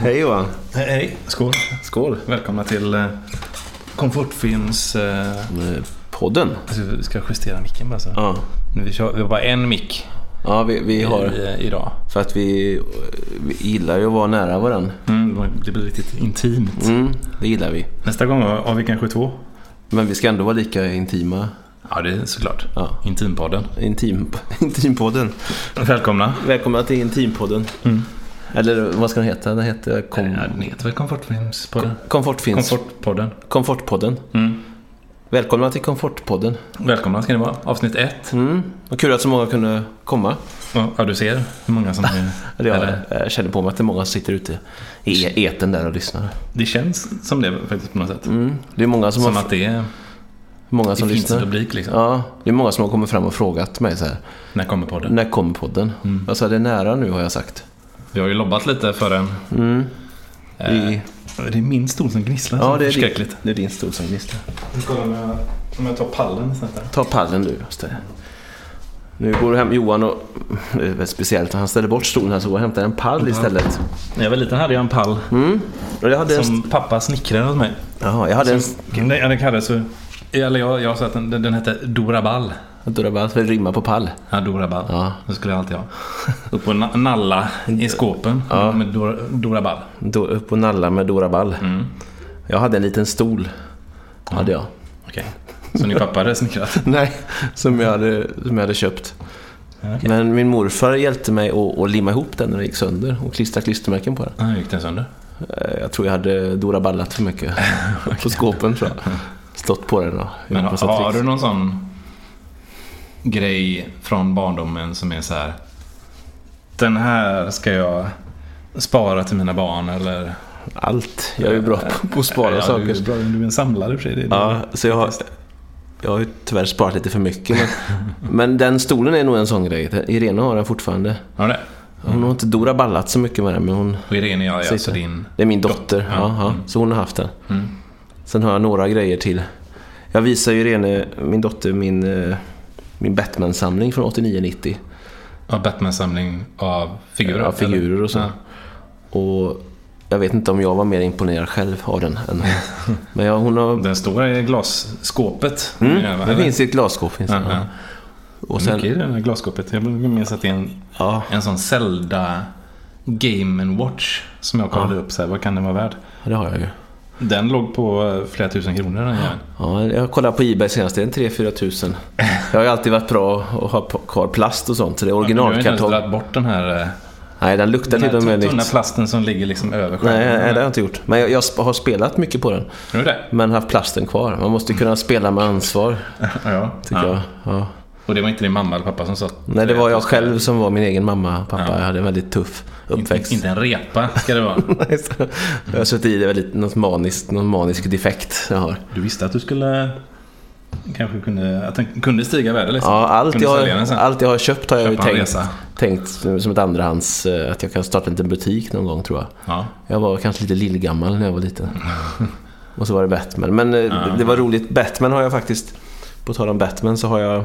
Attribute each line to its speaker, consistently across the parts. Speaker 1: Hej Johan.
Speaker 2: Hej, skål.
Speaker 1: Skål.
Speaker 2: Välkomna till eh, Komfortfilms... Eh,
Speaker 1: Eh, Podden.
Speaker 2: alltså, vi ska justera micken bara så.
Speaker 1: Ja,
Speaker 2: Vi, kör, vi har bara en mick
Speaker 1: ja vi, vi har...
Speaker 2: i, eh, idag.
Speaker 1: För att vi, vi gillar ju att vara nära varandra.
Speaker 2: Mm, det blir riktigt intimt.
Speaker 1: Mm, det gillar vi.
Speaker 2: Nästa gång har har vi kanske två.
Speaker 1: Men vi ska ändå vara lika intima.
Speaker 2: Ja, det är såklart.
Speaker 1: Ja.
Speaker 2: Intimpodden.
Speaker 1: Intim, intimpodden.
Speaker 2: Välkomna.
Speaker 1: Välkomna till Intimpodden.
Speaker 2: Mm.
Speaker 1: Eller vad ska den heta? Den heter kom,
Speaker 2: Ja, den heter väl Komfortfilmspodden?
Speaker 1: Komfortfinns.
Speaker 2: Komfortpodden.
Speaker 1: Komfortpodden.
Speaker 2: Mm.
Speaker 1: Välkomna till Komfortpodden.
Speaker 2: Välkomna ska ni vara. Avsnitt ett.
Speaker 1: Mm. Vad kul att så många kunde komma.
Speaker 2: Ja, du ser hur många som är...
Speaker 1: Eller
Speaker 2: Eller-
Speaker 1: jag eh, känner på mig att det är många som sitter ute i eten där och lyssnar.
Speaker 2: Det känns som det faktiskt på något sätt.
Speaker 1: Mm. Det är många som,
Speaker 2: Som
Speaker 1: har,
Speaker 2: att det, är-
Speaker 1: många
Speaker 2: det
Speaker 1: som
Speaker 2: finns en
Speaker 1: lyssnar.
Speaker 2: publik liksom.
Speaker 1: Ja, det är många som har kommit fram och frågat mig så här.
Speaker 2: När kommer podden?
Speaker 1: När kommer podden?
Speaker 2: Mm.
Speaker 1: Jag sa det är nära nu har jag sagt.
Speaker 2: Vi har ju lobbat lite för den.
Speaker 1: Mm.
Speaker 2: Eh,
Speaker 1: I,
Speaker 2: Det är min stol som gnisslar.
Speaker 1: ja, det är, din,
Speaker 2: förskräckligt.
Speaker 1: det är din stol som gnistrar.
Speaker 2: Nu kollar om jag, om jag tar pallen istället. Här.
Speaker 1: Ta pallen du. Just det. Nu går hem Johan och... Det är väl speciellt när han ställer bort stolen här så går och hämtar en pall istället.
Speaker 2: När jag var liten hade jag en pall
Speaker 1: Mm. Och jag hade en...
Speaker 2: som pappa snickrade åt mig. Mm.
Speaker 1: Jaha, jag hade en...
Speaker 2: Den, den kallades för... Eller jag, jag sa att den, den hette Doraball.
Speaker 1: Jag trodde bara att det rimmar på pall.
Speaker 2: Ja, Doraball.
Speaker 1: Ja.
Speaker 2: Det skulle jag alltid ha. Upp och na- nalla i skåpen
Speaker 1: Ja.
Speaker 2: med Dora, Doraball.
Speaker 1: Då, upp och nalla med Dora Ball.
Speaker 2: Mm.
Speaker 1: Jag hade en liten stol. Hade jag.
Speaker 2: Okej. Så ni pappa hade snickrat?
Speaker 1: Nej, som jag hade, som jag hade köpt.
Speaker 2: Ja,
Speaker 1: Men min morfar hjälpte mig att, att limma ihop den när den gick sönder och klistra klistermärken på den.
Speaker 2: Ah, gick den sönder?
Speaker 1: Eh, Jag tror jag hade Dora ballat för mycket på skåpen tror jag. Stått på den och
Speaker 2: Men
Speaker 1: gjort
Speaker 2: har,
Speaker 1: massa
Speaker 2: har
Speaker 1: tricks.
Speaker 2: du någon sån grej från barndomen som är så här. Den här ska jag spara till mina barn eller?
Speaker 1: Allt. Jag är ju bra på, på att spara
Speaker 2: ja, Du,
Speaker 1: saker.
Speaker 2: är bra, du är en samlare för sig. Det är
Speaker 1: Ja, så jag har, jag har ju tyvärr sparat lite för mycket. Men, men den stolen är nog en sån grej. Den- Irene har den fortfarande.
Speaker 2: Har du det?
Speaker 1: Hon
Speaker 2: Mm.
Speaker 1: har inte Dora ballat så mycket med den, men hon,
Speaker 2: Och Irene jag är alltså
Speaker 1: Sitter.
Speaker 2: din...
Speaker 1: det är min dotter.
Speaker 2: Ja,
Speaker 1: Ja, ja. Så hon har haft den.
Speaker 2: Mm.
Speaker 1: Sen har jag några grejer till. Jag visar ju Irene, min dotter, min, eh, min Batman-samling från 89-90.
Speaker 2: Av Batman-samling av figurer?
Speaker 1: Ja, figurer och så.
Speaker 2: eller?
Speaker 1: Och jag vet inte om jag var mer imponerad själv av den än hon. Men jag, hon
Speaker 2: Ja.
Speaker 1: har...
Speaker 2: Den stora är glasskåpet.
Speaker 1: Mm, det finns i ett glasskåp. Finns det.
Speaker 2: Ja, ja.
Speaker 1: Och
Speaker 2: Sen...
Speaker 1: sen,
Speaker 2: Mycket i det här glasskåpet. Jag minns att det är en,
Speaker 1: ja,
Speaker 2: en sån Zelda Game Watch som jag kollade upp. Så här, vad kan den vara värd?
Speaker 1: det har jag ju.
Speaker 2: Den låg på eh, flera tusen kronor den jäveln.
Speaker 1: Ja, jag kollade på Ebay senast, det är en 3-4 tusen. Jag har ju alltid varit bra och ha p- kvar plast och sånt, så det är
Speaker 2: Du har
Speaker 1: originalkartong.
Speaker 2: ju inte ens dragit bort den här, eh,
Speaker 1: Nej, den luktar typ
Speaker 2: den
Speaker 1: till
Speaker 2: här
Speaker 1: och
Speaker 2: tunna
Speaker 1: med lite.
Speaker 2: plasten som ligger liksom över skärmen.
Speaker 1: Nej, nej, det har jag inte gjort. Men jag, jag sp- har spelat mycket på den.
Speaker 2: Är du det?
Speaker 1: Men haft plasten kvar. Man måste ju kunna spela med ansvar,
Speaker 2: Ja.
Speaker 1: tycker
Speaker 2: ja.
Speaker 1: jag. Ja.
Speaker 2: Och det var inte din mamma eller pappa som sa att-
Speaker 1: Nej, det var
Speaker 2: att
Speaker 1: jag
Speaker 2: du ska-
Speaker 1: själv som var min egen mamma. Pappa
Speaker 2: Ja.
Speaker 1: jag hade en väldigt tuff uppväxt.
Speaker 2: Inte en repa ska det vara.
Speaker 1: Nej, så- jag har suttit i det väldigt, något maniskt, någon manisk defekt jag har.
Speaker 2: Du visste att du skulle... Kanske kunde... Att den kunde stiga i värde liksom.
Speaker 1: Ja, allt,
Speaker 2: Kunde
Speaker 1: jag,
Speaker 2: sälja den sen.
Speaker 1: allt jag har köpt har jag ju
Speaker 2: Köpa en
Speaker 1: tänkt,
Speaker 2: resa.
Speaker 1: tänkt som ett andrahands, eh, att jag kan starta en liten butik någon gång tror jag.
Speaker 2: Ja.
Speaker 1: Jag var kanske lite lillgammal när jag var liten. Och så var det Batman. Men eh,
Speaker 2: Ja.
Speaker 1: det var roligt, Batman har jag faktiskt, på tal om Batman så har jag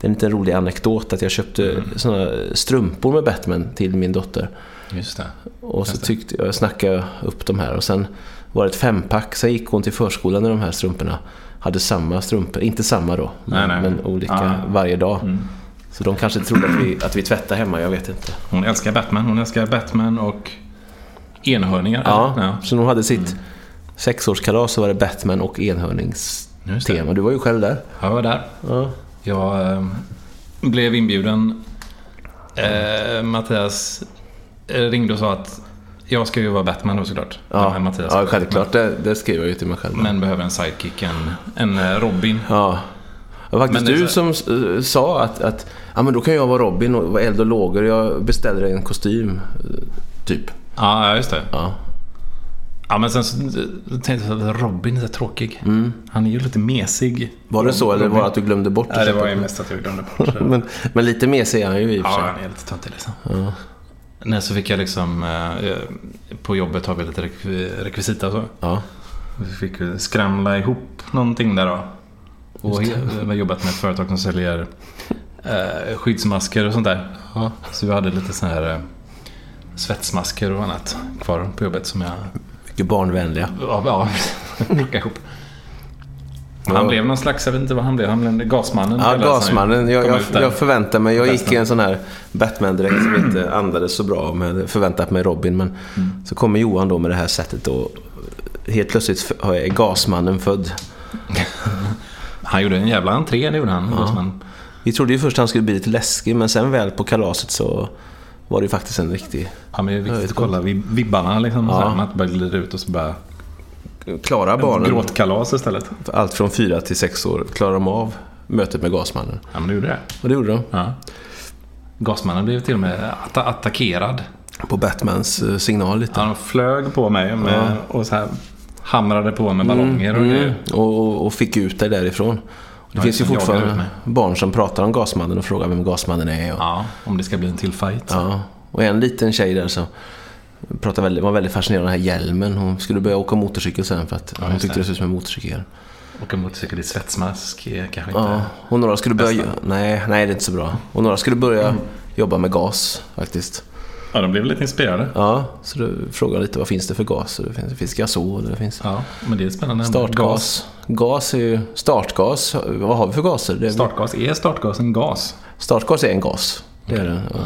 Speaker 1: det är en liten rolig anekdot att jag köpte
Speaker 2: Mm.
Speaker 1: såna strumpor med Batman till min dotter.
Speaker 2: Just det.
Speaker 1: Och så tyckte jag, snackade jag upp de här och sen var det ett fempack. Sen gick hon till förskolan i de här strumporna. Hade samma strumpor, inte samma då, men,
Speaker 2: Nej, nej.
Speaker 1: men olika
Speaker 2: Ja.
Speaker 1: varje dag.
Speaker 2: Mm.
Speaker 1: Så de kanske trodde att vi, att vi tvättade hemma, jag vet inte.
Speaker 2: Hon älskar Batman. Hon älskar Batman och enhörningar.
Speaker 1: Ja,
Speaker 2: ja.
Speaker 1: Så de hade sitt sexårskalas så var det Batman och enhörningstema.
Speaker 2: Just det.
Speaker 1: Du var ju själv där.
Speaker 2: Jag var där.
Speaker 1: Ja.
Speaker 2: Jag eh, blev inbjuden. Eh, Mattias eh, ringde och sa att jag ska ju vara Batman då såklart. Den här
Speaker 1: Ja,
Speaker 2: Mattias.
Speaker 1: ja, självklart. Det, det skrev jag ju till mig själv.
Speaker 2: Men behöver en sidekick, en, en eh, Robin.
Speaker 1: Ja. Det var faktiskt
Speaker 2: Men det
Speaker 1: du
Speaker 2: är
Speaker 1: som eh, sa att, att ja, men då kan jag vara Robin och vara eld och lågor. Jag beställer en kostym, eh, typ.
Speaker 2: Ja, ja, just det.
Speaker 1: Ja.
Speaker 2: Ja, men sen så eh, tänkte jag att Robin är så tråkig.
Speaker 1: Mm.
Speaker 2: Han är ju lite mesig.
Speaker 1: Var det så eller var det att du glömde bort
Speaker 2: Nej, det
Speaker 1: köpa
Speaker 2: var ju
Speaker 1: den?
Speaker 2: mest att jag glömde bort det.
Speaker 1: men, men lite mer ser han ju i och för
Speaker 2: Ja,
Speaker 1: sig.
Speaker 2: han är lite töntig liksom. Nej, så fick jag liksom... eh, På jobbet har vi lite rekvi- rekvisita och så.
Speaker 1: Ja.
Speaker 2: Vi fick ju skramla ihop någonting där då. Och jag har jobbat med ett företag som säljer eh, skyddsmasker och sånt där. Så vi hade lite sån här eh, svetsmasker och annat kvar på jobbet som jag...
Speaker 1: Mycket barnvänliga.
Speaker 2: Ja, ja plockade ihop. Han blev någon slags, jag vet inte vad han blev, han blev gasmannen.
Speaker 1: Ja,
Speaker 2: kallades han ju.
Speaker 1: Gasmannen. Jag,
Speaker 2: Kom
Speaker 1: jag,
Speaker 2: ut där.
Speaker 1: jag förväntar mig. Jag gick
Speaker 2: Resten.
Speaker 1: i en sån här Batman-dräkt som inte andades så bra. Men jag hade förväntat mig Robin. Men
Speaker 2: Mm.
Speaker 1: så kommer Johan då med det här sättet och helt plötsligt f- har jag- är Gasmannen född.
Speaker 2: Han gjorde en jävla entré, det gjorde han. Liksom Gasman.
Speaker 1: Vi trodde ju först han skulle bli lite läskig men sen väl på kalaset så var det ju faktiskt en riktig...
Speaker 2: Ja, men det är
Speaker 1: Jag
Speaker 2: viktigt
Speaker 1: vet
Speaker 2: att kolla vib- vibbarna liksom.
Speaker 1: Ja.
Speaker 2: Så här, man inte bara glider ut och så bara...
Speaker 1: Klara barnen,
Speaker 2: Gråtkalas istället.
Speaker 1: allt från fyra till sex år, klarar de av mötet med Gasmannen?
Speaker 2: Ja, men det gjorde det.
Speaker 1: Och det gjorde de.
Speaker 2: Ja. Gasmannen blev till och med atta- attackerad.
Speaker 1: På Batmans eh, signal lite.
Speaker 2: Han flög på mig med, och så här hamrade på med ballonger
Speaker 1: Mm.
Speaker 2: och grejer.
Speaker 1: Och, och, och fick ut dig därifrån. Och det
Speaker 2: Ja,
Speaker 1: finns ju
Speaker 2: just det, jag jagade
Speaker 1: fortfarande barn som pratar om Gasmannen och frågar vem Gasmannen är. Och, ja.
Speaker 2: Ja, om det ska bli en till fight.
Speaker 1: och en liten tjej där som pratade väldigt, var väldigt fascinerad av den här hjälmen. Hon skulle börja åka motorcykel sen för att hon
Speaker 2: just
Speaker 1: tyckte
Speaker 2: det.
Speaker 1: det såg ut som en motorcykel.
Speaker 2: Och en motorcykel i svetsmask är kanske inte...
Speaker 1: Ja, och några skulle börja... Nej, nej, det är inte så bra. Och några skulle börja
Speaker 2: Mm.
Speaker 1: jobba med gas faktiskt.
Speaker 2: Ja, de blev lite inspirerade.
Speaker 1: Ja, så du frågar lite vad finns det för gas? Och Det finns, det finns gasol och det finns
Speaker 2: Ja, men det är spännande. Gas.
Speaker 1: startgas. Gas är ju... Startgas, vad har vi för gaser? Det är,
Speaker 2: Startgas. Är startgasen gas?
Speaker 1: Startgas är en gas. Det är det. Ja.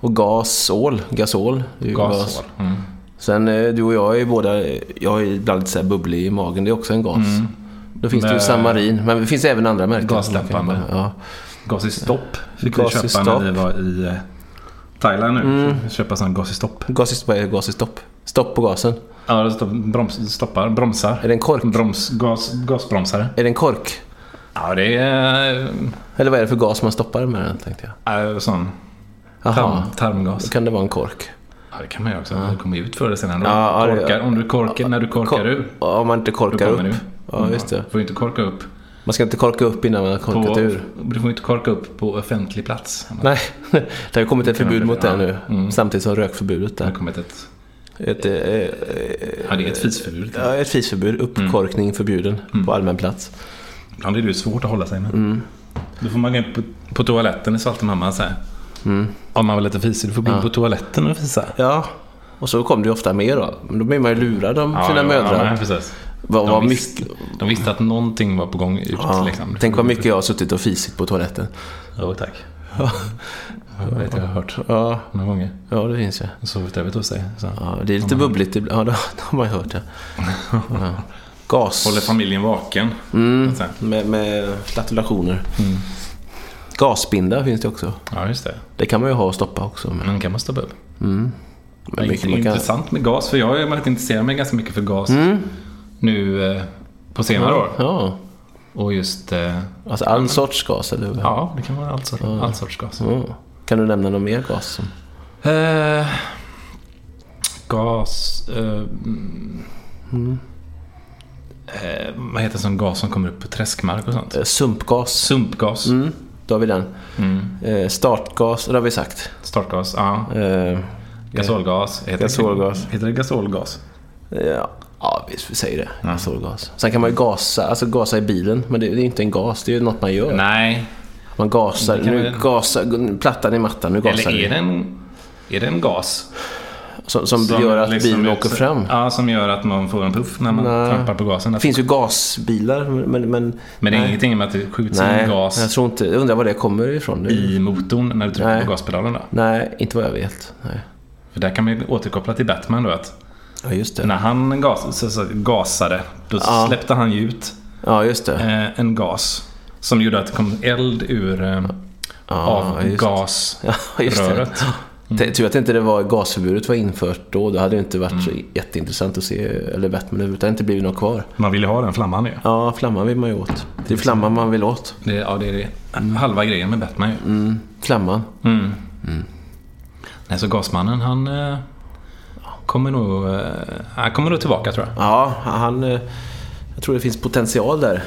Speaker 1: Och gasol, gasol. det är ju
Speaker 2: Gasol. Mm.
Speaker 1: Sen eh, du och jag är båda, eh, jag är ibland lite så här bubblig i magen, det är också en gas. Då finns det ju
Speaker 2: Med-
Speaker 1: Samarin, men det finns även andra märken.
Speaker 2: Gasdämpande.
Speaker 1: Ja.
Speaker 2: Gas i stopp fick
Speaker 1: Gas i
Speaker 2: vi köpa
Speaker 1: stopp.
Speaker 2: när vi var i eh, Thailand nu. Mm. Köpa sån gas i stopp.
Speaker 1: Gas i stopp, vad är gas i stopp? Stopp på gasen.
Speaker 2: Ja, det stopp, broms, stoppar, bromsar.
Speaker 1: Är det en kork?
Speaker 2: Broms, gas, gasbromsare.
Speaker 1: Är det en kork?
Speaker 2: Ja, det är
Speaker 1: Eller vad är det för gas man stoppar med den, tänkte jag.
Speaker 2: äh, sån
Speaker 1: Jaha,
Speaker 2: tarm,
Speaker 1: då
Speaker 2: tarmgas.
Speaker 1: kan det vara en kork.
Speaker 2: Ja, det kan man ju också. Det kommer ju ut förr eller senare. Om
Speaker 1: Ja,
Speaker 2: du
Speaker 1: ja, det-
Speaker 2: korkar, om du korkar, när du korkar
Speaker 1: Kor-
Speaker 2: ur.
Speaker 1: Ja, Om man inte korkar
Speaker 2: kommer
Speaker 1: upp.
Speaker 2: du.
Speaker 1: Ja, just det.
Speaker 2: Du får ju inte korka upp.
Speaker 1: Man ska inte korka upp innan man har
Speaker 2: På,
Speaker 1: korkat ur.
Speaker 2: Du får ju inte korka upp på offentlig plats.
Speaker 1: Nej, det har ju kommit ett förbud mot det
Speaker 2: Ja. Mm.
Speaker 1: nu. Samtidigt som rökförbudet
Speaker 2: Det
Speaker 1: där.
Speaker 2: har kommit ett...
Speaker 1: Ett, eh, eh,
Speaker 2: Ja, det är ett fisförbud.
Speaker 1: ja, ett fisförbud.
Speaker 2: Mm.
Speaker 1: Uppkorkning förbjuden på allmän plats.
Speaker 2: Ibland är det ju svårt att hålla sig med.
Speaker 1: Mm.
Speaker 2: Då får man gå in på, på toaletten, så alltid mamma säger.
Speaker 1: Mm.
Speaker 2: Om man vill lite fisig, du får gå in på toaletten och fisa.
Speaker 1: Ja, och så kom det ju ofta mer då. Men då blir man ju lurad om sina
Speaker 2: ja, Ja,
Speaker 1: mödrar.
Speaker 2: nej, precis.
Speaker 1: vad, vad
Speaker 2: De,
Speaker 1: mycket,
Speaker 2: visste, de visste att någonting var på gång ut.
Speaker 1: ja,
Speaker 2: Liksom.
Speaker 1: Tänk vad mycket jag har suttit och fisit på toaletten.
Speaker 2: Jo, tack. Jag vet, jag har hört
Speaker 1: Ja,
Speaker 2: några gånger.
Speaker 1: ja det finns ju.
Speaker 2: Jag har sovit över hos dig. Så.
Speaker 1: Ja, det är lite bubbligt ibland. Ja, det har- det har man ju hört. Ja. Ja. Gas
Speaker 2: Håller familjen vaken. Så.
Speaker 1: med, med flatulationer.
Speaker 2: Mm.
Speaker 1: Gasbinda finns det också.
Speaker 2: Ja, just det.
Speaker 1: Det kan man ju ha och stoppa också. Men,
Speaker 2: Men den kan man stoppa upp.
Speaker 1: men
Speaker 2: det
Speaker 1: mycket
Speaker 2: är
Speaker 1: man kan...
Speaker 2: intressant med gas, för jag är väldigt intresserad mig ganska mycket för gas nu eh, på senare år.
Speaker 1: Ja,
Speaker 2: Och just, eh,
Speaker 1: alltså all sorts gas eller hur?
Speaker 2: ja, det kan vara all, sort, all sorts gas.
Speaker 1: Ja. Kan du nämna någon mer gas? som-
Speaker 2: Eh, gas... Eh, mm. eh, vad heter sån gas som kommer upp på träskmark och sånt?
Speaker 1: Eh, Sumpgas.
Speaker 2: Sumpgas.
Speaker 1: Mm, då har vi den.
Speaker 2: Mm.
Speaker 1: Eh, startgas, det har vi sagt.
Speaker 2: Startgas. Ja.
Speaker 1: Eh,
Speaker 2: Gasolgas. Heter
Speaker 1: Gasolgas.
Speaker 2: Det, heter det gasolgas?
Speaker 1: ja, ja, vi säger det. Gasolgas. Sen kan man ju gasa, alltså gasa i bilen. Men det, det är ju inte en gas, det är ju något man gör.
Speaker 2: Nej.
Speaker 1: Man gasar,
Speaker 2: Det kan
Speaker 1: nu
Speaker 2: väl-
Speaker 1: gasar, g- plattan i mattan, nu gasar
Speaker 2: Eller är
Speaker 1: vi.
Speaker 2: det en, är det en gas?
Speaker 1: Som, som, gör att
Speaker 2: liksom
Speaker 1: bilen
Speaker 2: ut-
Speaker 1: åker fram.
Speaker 2: Ja, som gör att man får en puff när man
Speaker 1: Nej.
Speaker 2: trampar på gasen.
Speaker 1: Det finns ju gasbilar, men... men
Speaker 2: Men det är
Speaker 1: nej.
Speaker 2: ingenting med att det skjuts
Speaker 1: Nej, jag
Speaker 2: in gas
Speaker 1: tror inte. Jag undrar var det kommer ifrån. Det-
Speaker 2: i motorn när du trycker
Speaker 1: Nej.
Speaker 2: på gaspedalen. Då.
Speaker 1: Nej, inte vad jag vet. Nej.
Speaker 2: För där kan man ju återkoppla till Batman då. Att
Speaker 1: Ja, just det.
Speaker 2: När han gas, så, så, gasade, då
Speaker 1: Ja.
Speaker 2: släppte han ju ut
Speaker 1: Ja, just det.
Speaker 2: eh, en gas som gjorde att det kom eld ur eh,
Speaker 1: Ja,
Speaker 2: av
Speaker 1: just det.
Speaker 2: gasröret.
Speaker 1: Ja, just det. Mm. Tur att inte det var gasförbudet var infört då. Då hade det inte varit så jätteintressant att se eller Batman överhuvudtaget. Det hade inte blivit något kvar.
Speaker 2: Man vill ju ha den flamman ju.
Speaker 1: Ja, flamman vill man ju åt. Det är flamman man vill åt.
Speaker 2: Det, ja, det är det. halva grejen med Batman ju.
Speaker 1: Mm. Flamman.
Speaker 2: Nej, så Gasmannen han eh, kommer nog, eh, han kommer nog tillbaka tror jag.
Speaker 1: Ja, han... eh, Jag tror det finns potential där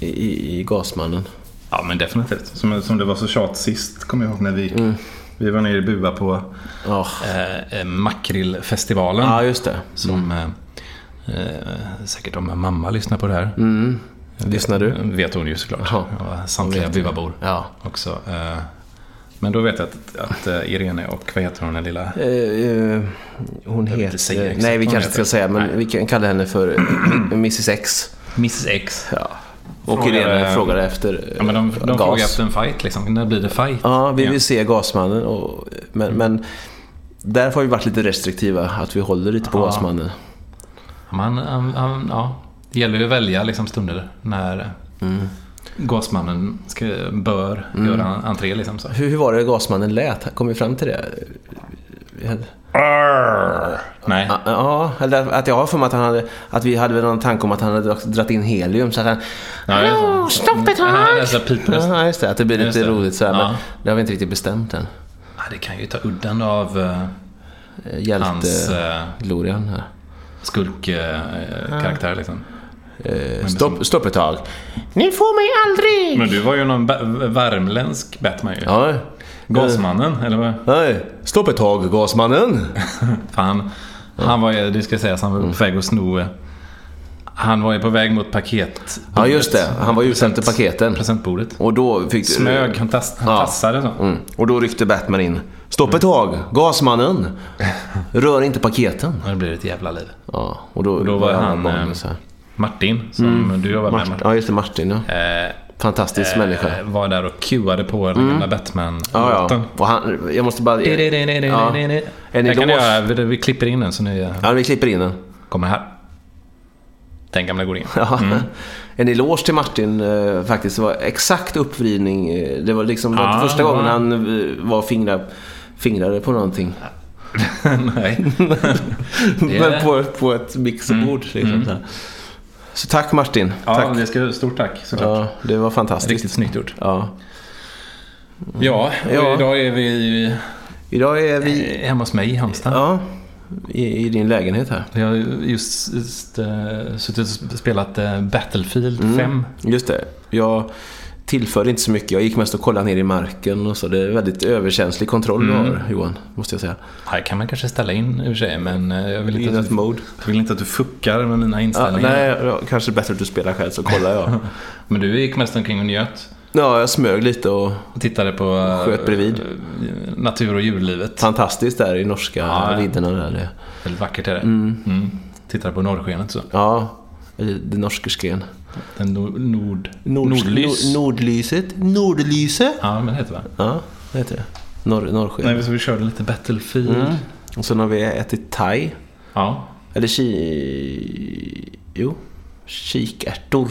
Speaker 1: i, i, i Gasmannen.
Speaker 2: Ja men definitivt. Som, som det var så tjat sist kommer jag ihåg när vi,
Speaker 1: Mm.
Speaker 2: vi var nere i Bua på
Speaker 1: Ja,
Speaker 2: eh, eh, Makrillfestivalen.
Speaker 1: ja Mm. just det.
Speaker 2: Som eh, eh, säkert om mamma lyssnar på det här.
Speaker 1: Mm. Lyssnar du?
Speaker 2: Vet hon ju såklart.
Speaker 1: Ja.
Speaker 2: Ja, samtliga Bua-bor
Speaker 1: Ja.
Speaker 2: också. Eh, Men då vet jag att, att eh, Irene och vad heter hon den lilla?
Speaker 1: Eh, eh, hon
Speaker 2: vill inte
Speaker 1: heter...
Speaker 2: säga exakt
Speaker 1: nej, vi
Speaker 2: vad hon
Speaker 1: kanske inte
Speaker 2: heter.
Speaker 1: ska säga, men
Speaker 2: Nej.
Speaker 1: vi kan kalla henne för Mrs X.
Speaker 2: Mrs X.
Speaker 1: Ja. Och
Speaker 2: Frågade-
Speaker 1: Irene frågade efter eh,
Speaker 2: Ja, men de de
Speaker 1: gas.
Speaker 2: frågar efter en fight liksom. När blir det fight?
Speaker 1: Ja, vi
Speaker 2: Ja. Mm.
Speaker 1: vill se Gasmannen. Och, men, men där har vi varit lite restriktiva, att vi håller lite på
Speaker 2: Ja.
Speaker 1: Gasmannen.
Speaker 2: Ja, men, han- han- ja. Det gäller ju att välja liksom, stunder när Mm. gasmannen ska, bör göra entré. Liksom, så.
Speaker 1: Hur, hur var det Gasmannen lät? Kom vi fram till det?
Speaker 2: Nej.
Speaker 1: Ja, Ja, eller att jag har för mig att, han hade, att vi hade väl någon tanke om att han hade drag- dratt in helium så att han...
Speaker 2: Ja, just det.
Speaker 1: "Åh, stopp ett
Speaker 2: Ja,
Speaker 1: tag!
Speaker 2: alltså, pipröst.
Speaker 1: Ja, just det. Att det blir
Speaker 2: Just
Speaker 1: lite
Speaker 2: det.
Speaker 1: roligt så här, men
Speaker 2: Ja.
Speaker 1: det har vi inte riktigt bestämt än.
Speaker 2: Ja, Ah, det kan ju ta udden av eh,
Speaker 1: Eh,
Speaker 2: hans
Speaker 1: Hjälte-glorian
Speaker 2: eh,
Speaker 1: här.
Speaker 2: skurkkaraktär. liksom.
Speaker 1: Eh, stopp, stopp ett tag. Ni får mig aldrig!
Speaker 2: Men du var ju någon ba- värmländsk Batman ju.
Speaker 1: Ja.
Speaker 2: Gasmannen, eller vad?
Speaker 1: Nej, stopp ett tag, Gasmannen.
Speaker 2: Fan. Han var ju, det ska sägas, han var på väg att sno... eh, Han var ju på väg mot paket...
Speaker 1: Ja, just det. Han var ju ute efter paketen.
Speaker 2: Presentbordet.
Speaker 1: Och då fick...
Speaker 2: Smög, han, tass, han
Speaker 1: Mm. Ja.
Speaker 2: tassade så.
Speaker 1: Mm. Och då ryckte Batman in. Stopp ett tag, Gasmannen. Rör inte paketen.
Speaker 2: Ja, Det blir ett jävla liv.
Speaker 1: Ja, och då,
Speaker 2: Och då var han
Speaker 1: barnen
Speaker 2: eh,
Speaker 1: så här.
Speaker 2: Martin, som du jobbar med.
Speaker 1: Mm. Martin,
Speaker 2: Martin.
Speaker 1: ja, just det. Martin, ja.
Speaker 2: Eh,
Speaker 1: Fantastisk människa. Mm.
Speaker 2: eh, var där och cuade på den gamla
Speaker 1: Ja,
Speaker 2: Batman-låten.
Speaker 1: ja. Och han, jag måste bara... Ja. En
Speaker 2: Jag kan
Speaker 1: eloge.
Speaker 2: göra, vi, vi klipper in den så ni eh,
Speaker 1: Ja, vi klipper in den.
Speaker 2: kommer här. Den gamla går in.
Speaker 1: Ja. En eloge till Martin eh, faktiskt. Det var exakt uppvridning. Eh, Det var liksom det var
Speaker 2: Ah,
Speaker 1: inte första gången
Speaker 2: ja.
Speaker 1: han eh, var fingrar, fingrade på någonting.
Speaker 2: Nej. Det är- Mm,
Speaker 1: Men på, på ett mixerbord. Liksom, så, här. så tack Martin.
Speaker 2: Ja,
Speaker 1: tack.
Speaker 2: det ska, stort tack såklart.
Speaker 1: Ja, det var fantastiskt.
Speaker 2: Riktigt snyggt gjort.
Speaker 1: Ja.
Speaker 2: Ja, och
Speaker 1: Mm. Ja.
Speaker 2: idag är vi
Speaker 1: Idag är vi
Speaker 2: eh, hemma hos mig i Halmstad.
Speaker 1: ja, i, i din lägenhet här.
Speaker 2: Jag har ju just, just eh, suttit och spelat eh, Battlefield
Speaker 1: Mm.
Speaker 2: 5.
Speaker 1: Just det. Jag tillförde inte så mycket. Jag gick mest och kollade ner i marken och så. Det är väldigt överkänslig kontroll
Speaker 2: Mm.
Speaker 1: du har, Johan. Måste jag säga.
Speaker 2: Här kan man kanske ställa in i och för sig, men eh, jag vill
Speaker 1: I
Speaker 2: inte, att
Speaker 1: något
Speaker 2: du,
Speaker 1: mode.
Speaker 2: jag vill inte att du fuckar med mina
Speaker 1: Ja,
Speaker 2: inställningar.
Speaker 1: nej, ja, kanske bättre att du spelar själv så kollar jag.
Speaker 2: Men du gick mest omkring och njöt
Speaker 1: ja, jag smög lite och
Speaker 2: och tittade på eh,
Speaker 1: Sköt bredvid.
Speaker 2: eh, natur och djurlivet.
Speaker 1: fantastiskt där i norska
Speaker 2: Ja, ja.
Speaker 1: vidderna där. det-
Speaker 2: Väldigt vackert är det. Mm. Tittade på norrskenet så.
Speaker 1: Ja, i det norskersken.
Speaker 2: Den nor- nord...
Speaker 1: Nord,
Speaker 2: nordlys.
Speaker 1: Nord, nordlyset. Nordlyse.
Speaker 2: ja, men det heter det va?
Speaker 1: Ja, det heter det. Norr, norrsken.
Speaker 2: Nej, så vi körde lite Battlefield.
Speaker 1: Mm. Och sen har vi ätit thai.
Speaker 2: Ja.
Speaker 1: Eller ki... Jo. Kikärtor.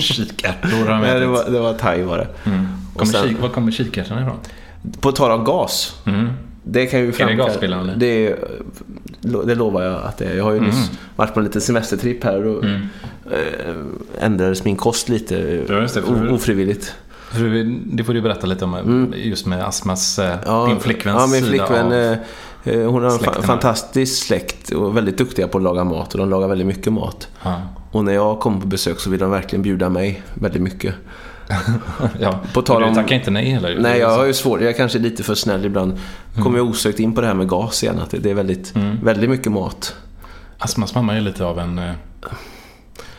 Speaker 2: Kikärtor har
Speaker 1: Nej, det
Speaker 2: vi
Speaker 1: var, det var thai var det.
Speaker 2: Mm. Kommer
Speaker 1: sen-
Speaker 2: kik, var kommer kikärtorna ifrån?
Speaker 1: På tal om gas.
Speaker 2: Mm.
Speaker 1: Det kan ju framkalla...
Speaker 2: gasbildande?
Speaker 1: Det, är, det lovar jag att det är. Jag har ju nyss
Speaker 2: Mm.
Speaker 1: varit på en liten semestertripp här och då eh, ändrades min kost lite
Speaker 2: Ja, just det, för-
Speaker 1: o- ofrivilligt.
Speaker 2: Fru, det får du berätta lite om eh, just med astmas, eh, din flickväns
Speaker 1: Mm. Ja, min flickvän.
Speaker 2: sida av...
Speaker 1: eh, eh, Hon har en fa-
Speaker 2: släkten.
Speaker 1: fantastisk släkt och väldigt duktiga på att laga mat och de lagar väldigt mycket mat.
Speaker 2: Ja.
Speaker 1: Och när jag kommer på besök så vill de verkligen bjuda mig väldigt mycket.
Speaker 2: ja.
Speaker 1: På tal
Speaker 2: Du
Speaker 1: om-
Speaker 2: tackar inte nej heller?
Speaker 1: Nej, jag har ju svårt. Jag är kanske lite för snäll ibland.
Speaker 2: Mm.
Speaker 1: Kommer jag osökt in på det här med gas igen. Att det det är väldigt, väldigt mycket mat.
Speaker 2: Astmas mamma är lite av en... eh,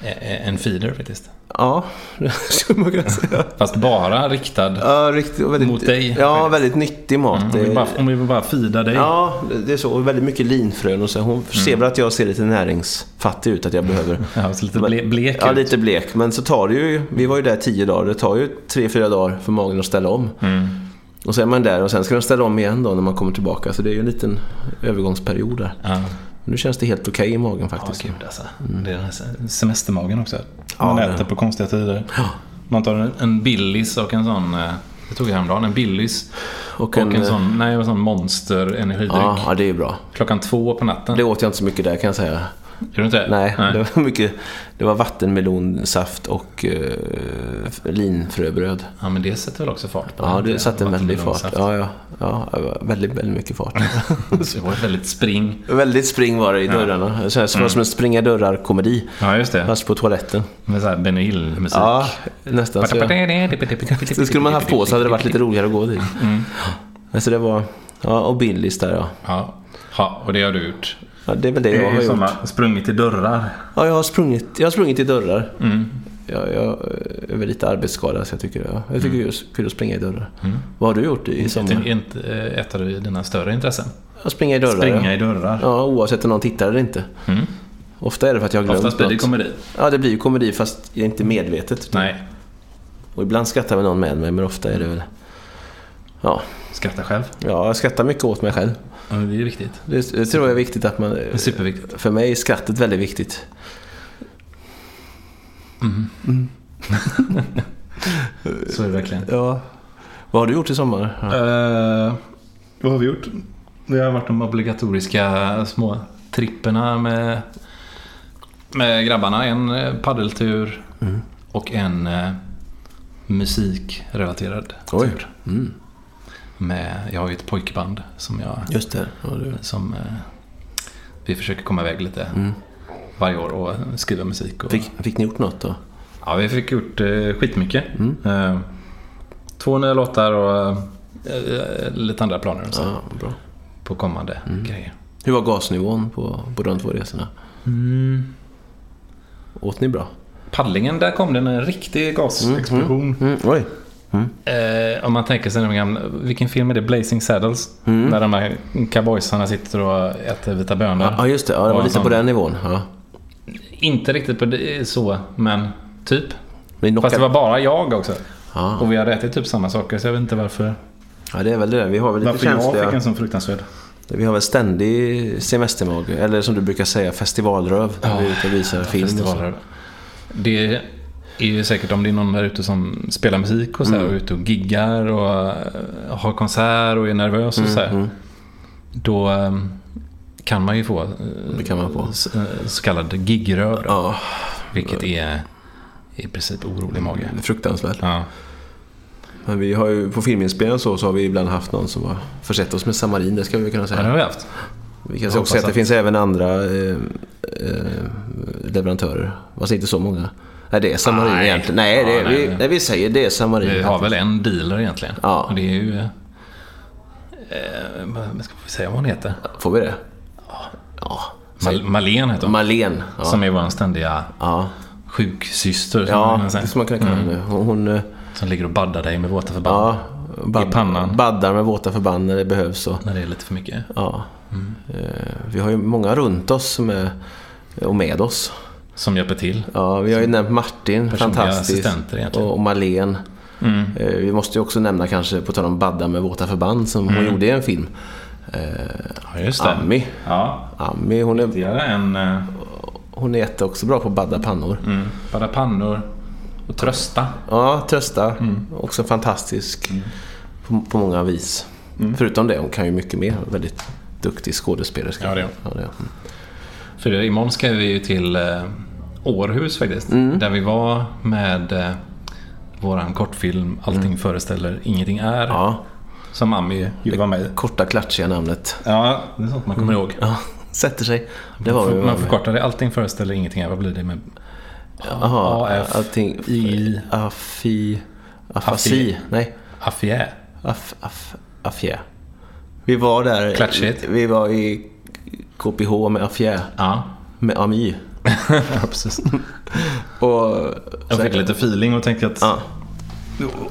Speaker 2: eh, En feeder faktiskt.
Speaker 1: Ja, det skulle man kunna säga.
Speaker 2: Fast bara riktad.
Speaker 1: Ja, riktigt, och väldigt,
Speaker 2: Mot dig, Mm,
Speaker 1: Ja,
Speaker 2: faktiskt.
Speaker 1: väldigt nyttig mat.
Speaker 2: Hon vill bara, hon vill bara feeda dig.
Speaker 1: Ja, det är så. Och väldigt mycket linfrön och så. Hon
Speaker 2: Mm.
Speaker 1: ser väl att jag ser lite näringsfattig ut, att jag behöver...
Speaker 2: Ja, så lite ble, blek
Speaker 1: Ja,
Speaker 2: ut.
Speaker 1: lite blek. Men så tar det ju... Vi var ju där tio dagar. Det tar ju tre, fyra dagar för magen att ställa om.
Speaker 2: Mm.
Speaker 1: Och så är man där och sen ska den ställa om igen då när man kommer tillbaka. Så det är ju en liten övergångsperiod där.
Speaker 2: Ja.
Speaker 1: Nu känns det helt okej i magen
Speaker 2: Ja,
Speaker 1: faktiskt.
Speaker 2: gud alltså. Det är den här semestermagen också.
Speaker 1: Ja,
Speaker 2: Man
Speaker 1: det-
Speaker 2: äter på konstiga tider. Man tar en, en Billys och en sån... eh, Jag tog häromdagen en Billys och en,
Speaker 1: eh,
Speaker 2: sån, nej, en sån monster energidryck.
Speaker 1: Ja, ja, det är ju bra.
Speaker 2: Klockan två på natten.
Speaker 1: Det åt jag inte så mycket där kan jag säga.
Speaker 2: Gör du inte?
Speaker 1: Nej, det var mycket... Det var vattenmelonsaft och eh, linfröbröd.
Speaker 2: Ja, men det sätter väl också fart på
Speaker 1: Ja,
Speaker 2: den,
Speaker 1: det
Speaker 2: eh,
Speaker 1: satte en väldig fart.
Speaker 2: vattenmelonsaft.
Speaker 1: Ja, ja. ja, det var väldigt, väldigt mycket fart.
Speaker 2: Så Det var ett väldigt spring.
Speaker 1: väldigt spring var det i dörrarna. Så här, Det var
Speaker 2: Mm.
Speaker 1: som en springa dörrar-komedi.
Speaker 2: Ja, just det.
Speaker 1: Fast på toaletten.
Speaker 2: Med såhär Benny Hill-musik.
Speaker 1: Ja, nästan. Så jag, det skulle man haft på så hade det varit lite roligare att gå dit.
Speaker 2: Mm.
Speaker 1: Men Så det var... Ja, och Billys där ja.
Speaker 2: Ja. ja, och det har du gjort.
Speaker 1: ja. Det är väl det jag har gjort.
Speaker 2: sprungit i dörrar. Mm.
Speaker 1: Ja, jag har sprungit, jag har sprungit i dörrar. jag, jag är väl lite arbetsskadad så jag tycker, ja, jag
Speaker 2: Mm.
Speaker 1: tycker det är kul att springa i dörrar. Vad har du gjort i
Speaker 2: Ett,
Speaker 1: sommar?
Speaker 2: ett, ett av dina större intressen.
Speaker 1: Jag springa i dörrar. ja.
Speaker 2: Springa i dörrar.
Speaker 1: Ja, oavsett om någon tittar eller inte.
Speaker 2: Mm.
Speaker 1: Ofta är det för att jag har glömt
Speaker 2: Oftast blir det
Speaker 1: något.
Speaker 2: komedi.
Speaker 1: Ja, det blir ju komedi fast det är inte medvetet.
Speaker 2: Nej,
Speaker 1: Och ibland skrattar väl någon med mig, men ofta är det väl... Ja,
Speaker 2: skratta själv.
Speaker 1: ja jag skrattar mycket åt mig själv.
Speaker 2: Ja, Det är viktigt.
Speaker 1: Det, det tror jag är viktigt att man...
Speaker 2: Det är superviktigt.
Speaker 1: För mig är skrattet väldigt viktigt.
Speaker 2: Så är det verkligen.
Speaker 1: Ja. Vad har du gjort i sommar? Ja.
Speaker 2: Eh, vad har vi gjort? Det har varit de obligatoriska små tripperna med, med grabbarna. En eh, paddeltur
Speaker 1: Mm.
Speaker 2: och en eh, musikrelaterad
Speaker 1: Oj.
Speaker 2: tur.
Speaker 1: Mm.
Speaker 2: Med, jag har ju ett pojkband som, jag,
Speaker 1: Just det. Ja, du.
Speaker 2: som eh, vi försöker komma iväg lite varje år och skriva musik. Och,
Speaker 1: Mm. Fick, fick ni gjort något då?
Speaker 2: Ja, vi fick gjort eh, skitmycket.
Speaker 1: Mm.
Speaker 2: Eh, två nya låtar och eh, lite andra planer. Och så
Speaker 1: Ja, bra.
Speaker 2: på kommande
Speaker 1: Mm.
Speaker 2: grejer.
Speaker 1: Hur var gasnivån på, på de två resorna?
Speaker 2: Mm.
Speaker 1: Åt ni bra?
Speaker 2: Paddlingen, där kom den en riktig
Speaker 1: Mm,
Speaker 2: gasexplosion.
Speaker 1: Oj. mm.
Speaker 2: Eh, om man tänker sig den gamla, vilken film är det? Blazing Saddles?
Speaker 1: Mm.
Speaker 2: När de här cowboysarna sitter och äter vita bönor.
Speaker 1: Ja, just det. Ja, det var
Speaker 2: Och
Speaker 1: lite på
Speaker 2: sån-
Speaker 1: den nivån. Ja.
Speaker 2: Inte riktigt på det, så, men typ.
Speaker 1: Ni
Speaker 2: Fast
Speaker 1: knockade...
Speaker 2: det var bara jag också.
Speaker 1: Ja.
Speaker 2: Och vi hade ätit typ samma saker, så jag vet inte varför.
Speaker 1: ja, det är väl det. Vi har väl lite känsliga...
Speaker 2: sån fruktansvärd...
Speaker 1: Vi har väl ständig semestermag. Eller som du brukar säga, festivalröv. När vi är ute och visar film. och så.
Speaker 2: festivaler. Det är ju säkert om det är någon där ute som spelar musik och så här, och är ute och giggar och eh, har konsert och är nervös och så här. Då eh, kan man ju få, eh,
Speaker 1: Det kan man få.
Speaker 2: s- eh, så kallad gigröv. då,
Speaker 1: Ja,
Speaker 2: Vilket är i princip orolig mage.
Speaker 1: det är fruktansvärt.
Speaker 2: Ja.
Speaker 1: Men vi har ju, på filminspelningen så, så har vi ibland haft någon som har försett oss med samarin, det ska vi kunna
Speaker 2: Ja, det
Speaker 1: säga.
Speaker 2: har vi haft.
Speaker 1: Vi kan också
Speaker 2: hoppas
Speaker 1: säga att det
Speaker 2: att-
Speaker 1: finns även andra eh, eh, leverantörer. Fast inte så många. Nej, det är samarin
Speaker 2: Nej.
Speaker 1: egentligen. Nej, det,
Speaker 2: Ja, nej,
Speaker 1: vi,
Speaker 2: nej.
Speaker 1: nej, vi säger det är samarin.
Speaker 2: Vi har väl en dealer egentligen.
Speaker 1: Ja.
Speaker 2: Och det är ju... eh, Eh, vad ska vi säga vad hon heter?
Speaker 1: Får vi det? Ja.
Speaker 2: Mal- Malene heter hon.
Speaker 1: Malén. Ja.
Speaker 2: Som är vår ständiga
Speaker 1: ja.
Speaker 2: sjuksyster. som
Speaker 1: Ja,
Speaker 2: man säger.
Speaker 1: det som man kan
Speaker 2: Mm.
Speaker 1: kalla henne. Hon, hon eh,
Speaker 2: Som ligger och baddar dig med våta förband.
Speaker 1: ja, bad,
Speaker 2: pannan.
Speaker 1: baddar med våta förband när det behövs. Och,
Speaker 2: När det är lite för mycket.
Speaker 1: ja.
Speaker 2: Mm.
Speaker 1: Eh, Vi har ju många runt oss som är, och med oss.
Speaker 2: Som hjälper till.
Speaker 1: Ja, vi har ju nämnt Martin,
Speaker 2: Personliga
Speaker 1: fantastisk.
Speaker 2: assistenter egentligen. Mm.
Speaker 1: Och och Marlene. Eh, Vi måste ju också nämna kanske, på tal om Badda med våta förband, som hon gjorde i en film.
Speaker 2: Mm. Ja, just det.
Speaker 1: Ami.
Speaker 2: Ja.
Speaker 1: Ami, hon är,
Speaker 2: Ytterligare en... eh,
Speaker 1: hon är jätte också bra på att badda pannor.
Speaker 2: Mm, badda pannor. Och trösta.
Speaker 1: Ja, trösta.
Speaker 2: Mm.
Speaker 1: Också fantastisk på, på många vis.
Speaker 2: Mm.
Speaker 1: Förutom det, hon kan ju mycket mer. Väldigt duktig skådespelerska.
Speaker 2: Ja, det är hon.
Speaker 1: ja, det är hon.
Speaker 2: För det, imorgon ska vi ju till eh, Århus faktiskt.
Speaker 1: Mm.
Speaker 2: Där vi var med eh, våran kortfilm Allting föreställer, ingenting är.
Speaker 1: Mm. Ja,
Speaker 2: Som Ami ju var med i.
Speaker 1: korta klatschiga namnet.
Speaker 2: Ja, det är sånt man kommer ihåg.
Speaker 1: Ja, sätter sig. Mm. Det var vi
Speaker 2: Man förkortar det. Allting föreställer, ingenting är. Vad blir det med
Speaker 1: Jaha,
Speaker 2: AF,
Speaker 1: allting.
Speaker 2: I,
Speaker 1: Afi... Afasi?
Speaker 2: Afi.
Speaker 1: Nej.
Speaker 2: affiär?
Speaker 1: Af, af, afjä. Vi var där.
Speaker 2: Klatschigt.
Speaker 1: Vi var i KPH med Afjä.
Speaker 2: Ja,
Speaker 1: Med Ami.
Speaker 2: ja, precis.
Speaker 1: Och...
Speaker 2: Jag fick lite feeling och tänkte att
Speaker 1: Ja.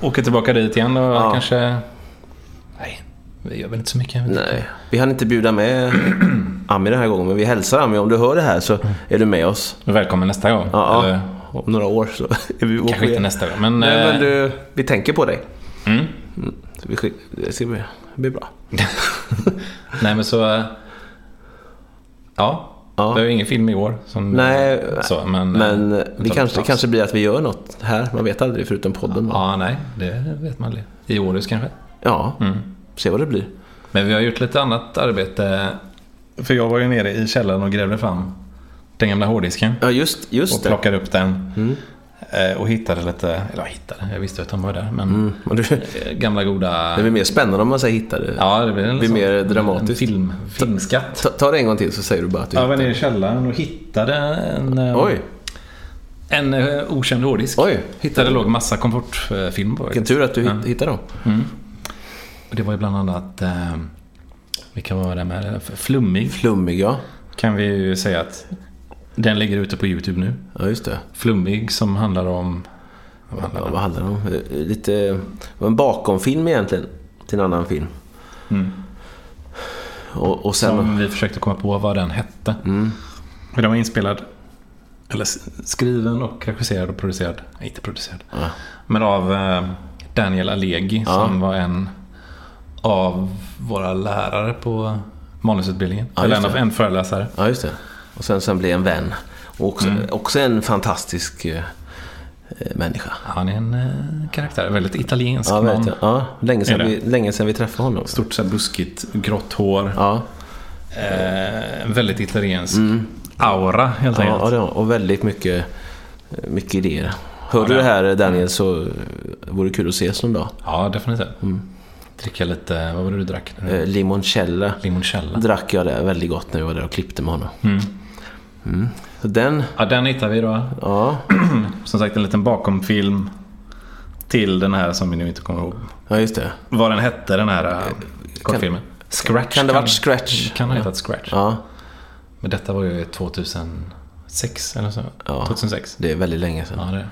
Speaker 2: åka tillbaka dit igen och kanske... Nej, det gör väl inte så mycket.
Speaker 1: Nej. Vi hann inte bjuda med Ami den här gången, men vi hälsar Ami. Om du hör det här så är du med oss.
Speaker 2: Välkommen nästa gång.
Speaker 1: Ja,
Speaker 2: Eller,
Speaker 1: ja. Om några år så är vi
Speaker 2: kanske inte nästa gång, men...
Speaker 1: Nej, men
Speaker 2: eh,
Speaker 1: du, vi tänker på dig.
Speaker 2: Mm.
Speaker 1: Så vi skick- Det ska bli, det blir bra.
Speaker 2: Nej, men så... eh, Ja.
Speaker 1: Ja.
Speaker 2: Det är ju ingen film i år. Som,
Speaker 1: Nej,
Speaker 2: så, men,
Speaker 1: Men eh,
Speaker 2: tar
Speaker 1: vi
Speaker 2: det
Speaker 1: kanske, det
Speaker 2: paus.
Speaker 1: kanske blir att vi gör något här. Man vet aldrig förutom podden. va?
Speaker 2: Ja, nej. Det vet man aldrig. I Århus kanske.
Speaker 1: Ja,
Speaker 2: Mm.
Speaker 1: se vad det blir.
Speaker 2: Men vi har gjort lite annat arbete. För jag var ju nere i källaren och grävde fram den gamla hårddisken.
Speaker 1: Ja, just, just
Speaker 2: och
Speaker 1: det. Mm.
Speaker 2: plockade upp den. Eh, Och hittade lite, eller ja, hittade, jag visste ju att de var där. Men
Speaker 1: Mm, men du, det
Speaker 2: eh, gamla goda...
Speaker 1: blir mer spännande om man säger hittade.
Speaker 2: Ja, det blir, en
Speaker 1: blir
Speaker 2: sån-
Speaker 1: mer dramatiskt.
Speaker 2: en Film, filmskatt.
Speaker 1: Ta, ta det en gång till så säger du bara att du
Speaker 2: Jag var nere i källaren och hittade en, eh,
Speaker 1: Oj,
Speaker 2: en eh, okänd hårddisk.
Speaker 1: oj,
Speaker 2: Där det
Speaker 1: hittade du.
Speaker 2: låg massa komfortfilm på.
Speaker 1: Vilken tur att du hit- hittade dem.
Speaker 2: Och Det var ju bland annat, eh, vilka var det med? Flummig
Speaker 1: Flummiga.
Speaker 2: kan vi ju säga att Den ligger ute på YouTube nu.
Speaker 1: Ja, just det.
Speaker 2: Flummig som handlar om... Vad handlar
Speaker 1: Ja,
Speaker 2: den om?
Speaker 1: vad handlar det om? Eh, Lite... Det var en bakomfilm egentligen. Till en annan film.
Speaker 2: Mm.
Speaker 1: Och, och sen...
Speaker 2: Som vi försökte komma på vad den hette.
Speaker 1: Mm.
Speaker 2: Men den var inspelad, eller s- skriven och regisserad och producerad, nej, inte producerad,
Speaker 1: Ja.
Speaker 2: men av eh, Daniel Alegi
Speaker 1: Ja.
Speaker 2: som var en av våra lärare på manusutbildningen.
Speaker 1: Ja,
Speaker 2: eller
Speaker 1: just
Speaker 2: en, av,
Speaker 1: det.
Speaker 2: en föreläsare.
Speaker 1: Ja, just det. Och sen, sen blev en vän. Och också,
Speaker 2: Mm.
Speaker 1: också en fantastisk eh, eh, människa.
Speaker 2: Han är en eh, karaktär, väldigt italiensk
Speaker 1: Ja,
Speaker 2: man.
Speaker 1: vet jag. Ja, länge,
Speaker 2: Är
Speaker 1: sedan
Speaker 2: det?
Speaker 1: vi, länge sedan vi träffade honom.
Speaker 2: Stort så här buskigt, grått hår.
Speaker 1: Ja,
Speaker 2: Eh, väldigt italiensk aura helt
Speaker 1: Mm. ja, ja
Speaker 2: enkelt.
Speaker 1: det var- och väldigt mycket, eh, mycket idéer. Hör
Speaker 2: Ja,
Speaker 1: du
Speaker 2: det-
Speaker 1: det här Daniel så eh, vore det kul att ses någon dag.
Speaker 2: Ja, definitivt. Dricka lite, vad var det du drack? nu?
Speaker 1: Mm. Eh, Limoncella
Speaker 2: Limoncella.
Speaker 1: drack jag där väldigt gott när jag var där och klippte med honom.
Speaker 2: Mm.
Speaker 1: Mm. Så den,
Speaker 2: Ja, den hittar vi då.
Speaker 1: ja,
Speaker 2: Som sagt en liten bakomfilm till den här som vi nu inte kommer ihåg.
Speaker 1: ja just det.
Speaker 2: Vad den hette den här eh, kortfilmen? Scratch?
Speaker 1: Kan det varit Scratch?
Speaker 2: Mm, Kan ha hetat Scratch.
Speaker 1: Ja,
Speaker 2: Men detta var ju 2006 eller så.
Speaker 1: Ja.
Speaker 2: 2006.
Speaker 1: det är väldigt länge
Speaker 2: Ja,
Speaker 1: sedan.
Speaker 2: det.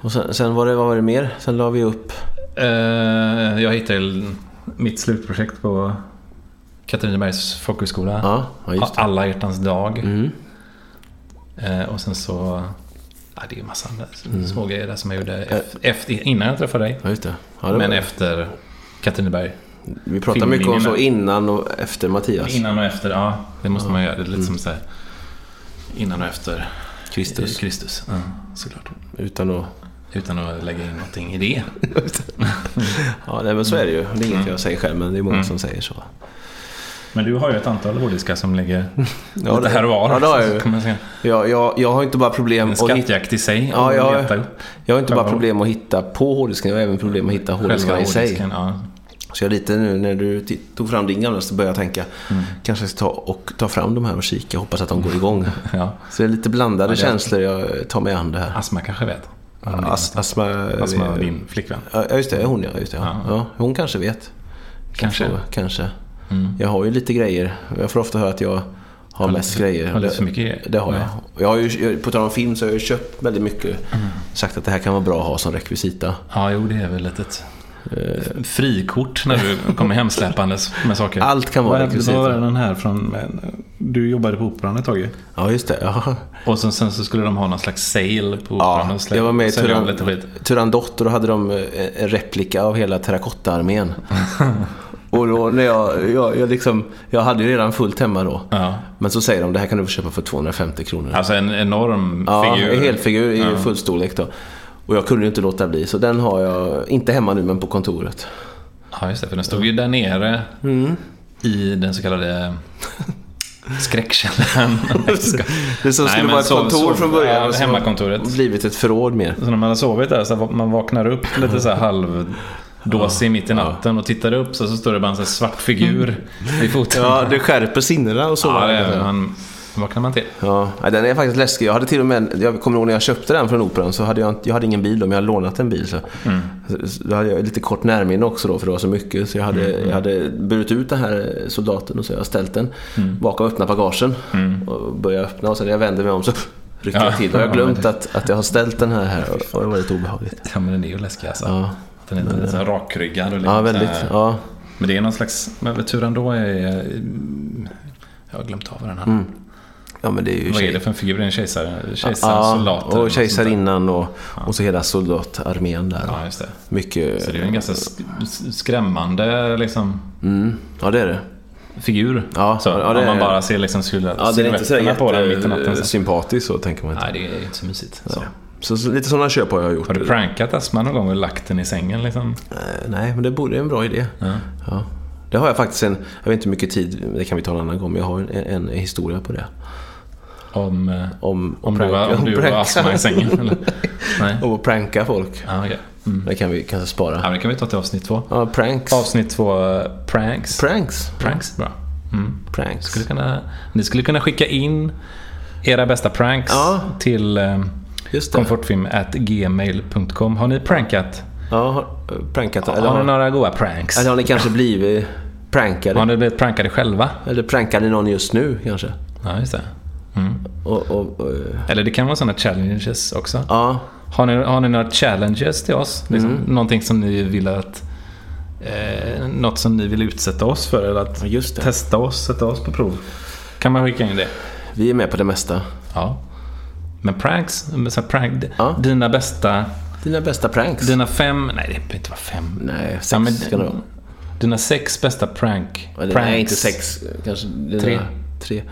Speaker 1: Och sen, sen var det, vad var det mer? Sen la vi upp,
Speaker 2: Eh, jag hittade ju mitt slutprojekt på Katrinebergs folkhögskola.
Speaker 1: ja, ja just det.
Speaker 2: Alla hjärtans dag.
Speaker 1: Mm.
Speaker 2: Eh, och sen så... Ja, det är ju massa andra
Speaker 1: Mm.
Speaker 2: små grejer där som jag gjorde ef- efter, innan jag träffade dig.
Speaker 1: Ja, just det. Ja, det var
Speaker 2: men
Speaker 1: det.
Speaker 2: efter Katrineberg.
Speaker 1: Vi pratar mycket om så innan och efter Mattias.
Speaker 2: Innan och efter, ja. Det måste man göra. Det är lite som så här, innan och efter
Speaker 1: Kristus.
Speaker 2: Kristus. Ja, såklart.
Speaker 1: Utan att...
Speaker 2: Utan att lägga in någonting i det.
Speaker 1: Ja, nej, men så är det ju. Det är inget jag säger själv, men det är många
Speaker 2: Mm.
Speaker 1: som säger så.
Speaker 2: Men du har ju ett antal hårddiskar som ligger
Speaker 1: Ja,
Speaker 2: lite här och var.
Speaker 1: Ja, det har jag ju.
Speaker 2: Kan man säga.
Speaker 1: Jag, jag, jag har inte bara problem
Speaker 2: En
Speaker 1: att hitta...
Speaker 2: skattjakt i sig.
Speaker 1: Ja,
Speaker 2: att
Speaker 1: jag,
Speaker 2: leta upp
Speaker 1: jag har inte bara
Speaker 2: Ja.
Speaker 1: problem att hitta på hårddisken, jag har även problem att hitta hårddiskarna
Speaker 2: själva
Speaker 1: i sig.
Speaker 2: hårddisken, Ja.
Speaker 1: Så jag lite nu när du t- tog fram din gamla så började jag tänka,
Speaker 2: Mm.
Speaker 1: kanske jag ska ta, och ta fram de här och kika, hoppas att de går igång.
Speaker 2: ja.
Speaker 1: Så det är lite blandade
Speaker 2: Mm. Ja, det-
Speaker 1: känslor jag tar mig an det här.
Speaker 2: Asma kanske vet.
Speaker 1: As, astma...
Speaker 2: Asma, din flickvän.
Speaker 1: Ja, just det. Hon ja. Just det, ja.
Speaker 2: Ja.
Speaker 1: Ja, hon kanske vet.
Speaker 2: Kanske.
Speaker 1: kanske.
Speaker 2: Mm.
Speaker 1: Jag har ju lite grejer. Jag får ofta höra att jag har mest grejer.
Speaker 2: har lite för mycket grejer.
Speaker 1: Det har jag.
Speaker 2: Nej.
Speaker 1: jag har ju, jag- på tal om film så har jag ju köpt väldigt mycket.
Speaker 2: Mm.
Speaker 1: Sagt att det här kan vara bra att ha som rekvisita.
Speaker 2: Ja, jo, det är väl ett, ett frikort när du kommer hemsläpandes med saker.
Speaker 1: Allt kan vara
Speaker 2: Vad-
Speaker 1: rekvisit.
Speaker 2: Vad var det den här från? men, Du jobbade på Operan ett tag ju.
Speaker 1: Ja, just det. Ja.
Speaker 2: Och sen, sen så skulle de ha någon slags sale på Operan.
Speaker 1: Ja,
Speaker 2: och slä-
Speaker 1: jag var med i
Speaker 2: sälja
Speaker 1: Turan,
Speaker 2: lite skit.
Speaker 1: Turandot och då hade de eh, en replika av hela terrakottaarmén. och då när jag, jag, jag liksom, jag hade ju redan fullt hemma då.
Speaker 2: Ja.
Speaker 1: Men så säger de, det här kan du få köpa för 250 kronor.
Speaker 2: Alltså en enorm
Speaker 1: Ja,
Speaker 2: figur.
Speaker 1: en helfigur i full storlek då. Och jag kunde ju inte låta bli, så den har jag, inte hemma nu men på kontoret.
Speaker 2: Ja, just det. För den stod ju där nere
Speaker 1: Mm.
Speaker 2: i den så kallade skräckkällaren. Nej, ska-
Speaker 1: Det som
Speaker 2: Nej,
Speaker 1: skulle
Speaker 2: men
Speaker 1: vara ett
Speaker 2: sov-
Speaker 1: kontor
Speaker 2: sov-
Speaker 1: från början.
Speaker 2: ja,
Speaker 1: och som har
Speaker 2: hemmakontoret.
Speaker 1: Blivit ett förråd mer.
Speaker 2: Så när man har sovit där så va- man vaknar upp lite så här halvdåsig mitt i natten och tittar upp så, så står det bara en sån här svart figur vid foten.
Speaker 1: Ja, det skärper sinnena och så.
Speaker 2: Ja,
Speaker 1: var
Speaker 2: det
Speaker 1: det.
Speaker 2: är, man vaknar man till.
Speaker 1: Ja, nej, den är faktiskt läskig. Jag hade till och med, en- jag kommer ihåg när jag köpte den från Operan så hade jag, inte- jag hade ingen bil då, men jag hade lånat en bil. Så.
Speaker 2: Mm.
Speaker 1: så- Då hade jag lite kort närminne också då, för det var så mycket. Så jag hade,
Speaker 2: Mm,
Speaker 1: jag hade burit ut den här soldaten och så hade jag ställt den
Speaker 2: Mm.
Speaker 1: bakom öppna bagagen. Och började öppna och sen när jag vände mig om så ryckte
Speaker 2: Ja.
Speaker 1: jag till. Och jag har
Speaker 2: Ja,
Speaker 1: glömt
Speaker 2: men
Speaker 1: att, att jag har ställt den här här och- och det var lite obehagligt.
Speaker 2: Ja, men den är ju läskig alltså.
Speaker 1: Ja,
Speaker 2: Den är lite så här rakryggad och lite
Speaker 1: ja
Speaker 2: så
Speaker 1: väldigt.
Speaker 2: här-
Speaker 1: Ja.
Speaker 2: Men det är någon slags... Men Turandot är... Jag har glömt av vad den här.
Speaker 1: ja, men det är ju
Speaker 2: Vad är
Speaker 1: tjej-
Speaker 2: det för en figur? Det är en kejsare? Kejsaren?
Speaker 1: Ja,
Speaker 2: soldaten?
Speaker 1: och kejsarinnan och, och så hela soldatarmén där.
Speaker 2: Ja, just det.
Speaker 1: Mycket...
Speaker 2: Så det är ju en ganska sk- s- skrämmande liksom,
Speaker 1: Mm. Ja, det är det.
Speaker 2: figur.
Speaker 1: Ja,
Speaker 2: så,
Speaker 1: ja, det
Speaker 2: om
Speaker 1: är-
Speaker 2: man bara ser liksom
Speaker 1: Ja, den är inte sådär
Speaker 2: silhuetterna på den mitt i natten. Så.
Speaker 1: jättesympatisk så tänker man inte.
Speaker 2: Nej, det är ju inte så mysigt. Så.
Speaker 1: Så, så lite sådana köp har jag gjort.
Speaker 2: Har du prankat Asma någon gång och lagt den i sängen liksom?
Speaker 1: Eh, Nej, men det borde är en bra idé.
Speaker 2: Ja.
Speaker 1: Ja. Det har jag faktiskt en, jag vet inte hur mycket tid, det kan vi ta en annan gång, men jag har en, en historia på det.
Speaker 2: Om, eh,
Speaker 1: Om,
Speaker 2: om, du, var-
Speaker 1: pranka-
Speaker 2: om du
Speaker 1: pranka- Oh.
Speaker 2: var Asma i sängen? Eller? Nej.
Speaker 1: Om att pranka folk.
Speaker 2: Ja, okej. mm.
Speaker 1: Det kan vi kanske
Speaker 2: ja,
Speaker 1: spara.
Speaker 2: men det kan vi ta till avsnitt två.
Speaker 1: Ja, pranks.
Speaker 2: Avsnitt två, eh, pranks.
Speaker 1: Pranks.
Speaker 2: Pranks, bra. Mm.
Speaker 1: Pranks.
Speaker 2: Skulle kunna, ni skulle kunna skicka in era bästa pranks
Speaker 1: Ja.
Speaker 2: till eh,
Speaker 1: Just det.
Speaker 2: komfortfilm.gmail.com. Har ni prankat?
Speaker 1: Ja, har- eh, prankat. eller,
Speaker 2: Har ni
Speaker 1: har,
Speaker 2: några goa pranks?
Speaker 1: eller har ni kanske blivit prankade?
Speaker 2: Har ni blivit prankade själva?
Speaker 1: Eller prankar ni någon just nu kanske?
Speaker 2: Ja, just det. Mm.
Speaker 1: Och, och, och, eh,
Speaker 2: Eller det kan vara sådana challenges också.
Speaker 1: ja,
Speaker 2: Har ni, har ni några challenges till oss? Liksom,
Speaker 1: Mm.
Speaker 2: Någonting som ni vill att... Eh, något som ni vill utsätta oss för eller att
Speaker 1: Ja, just det.
Speaker 2: testa oss, sätta oss på prov. Kan man skicka in det?
Speaker 1: vi är med på det mesta.
Speaker 2: Ja. Men pranks? men Så här prank,
Speaker 1: Ja.
Speaker 2: Dina bästa...
Speaker 1: Dina bästa pranks?
Speaker 2: Dina fem... Nej, det behöver inte vara fem.
Speaker 1: Nej, sex
Speaker 2: Ja, men-
Speaker 1: ska det vara.
Speaker 2: Dina sex bästa prank...
Speaker 1: Eller,
Speaker 2: pranks.
Speaker 1: Nej, inte sex. Kanske dina,
Speaker 2: Tre.
Speaker 1: Tre.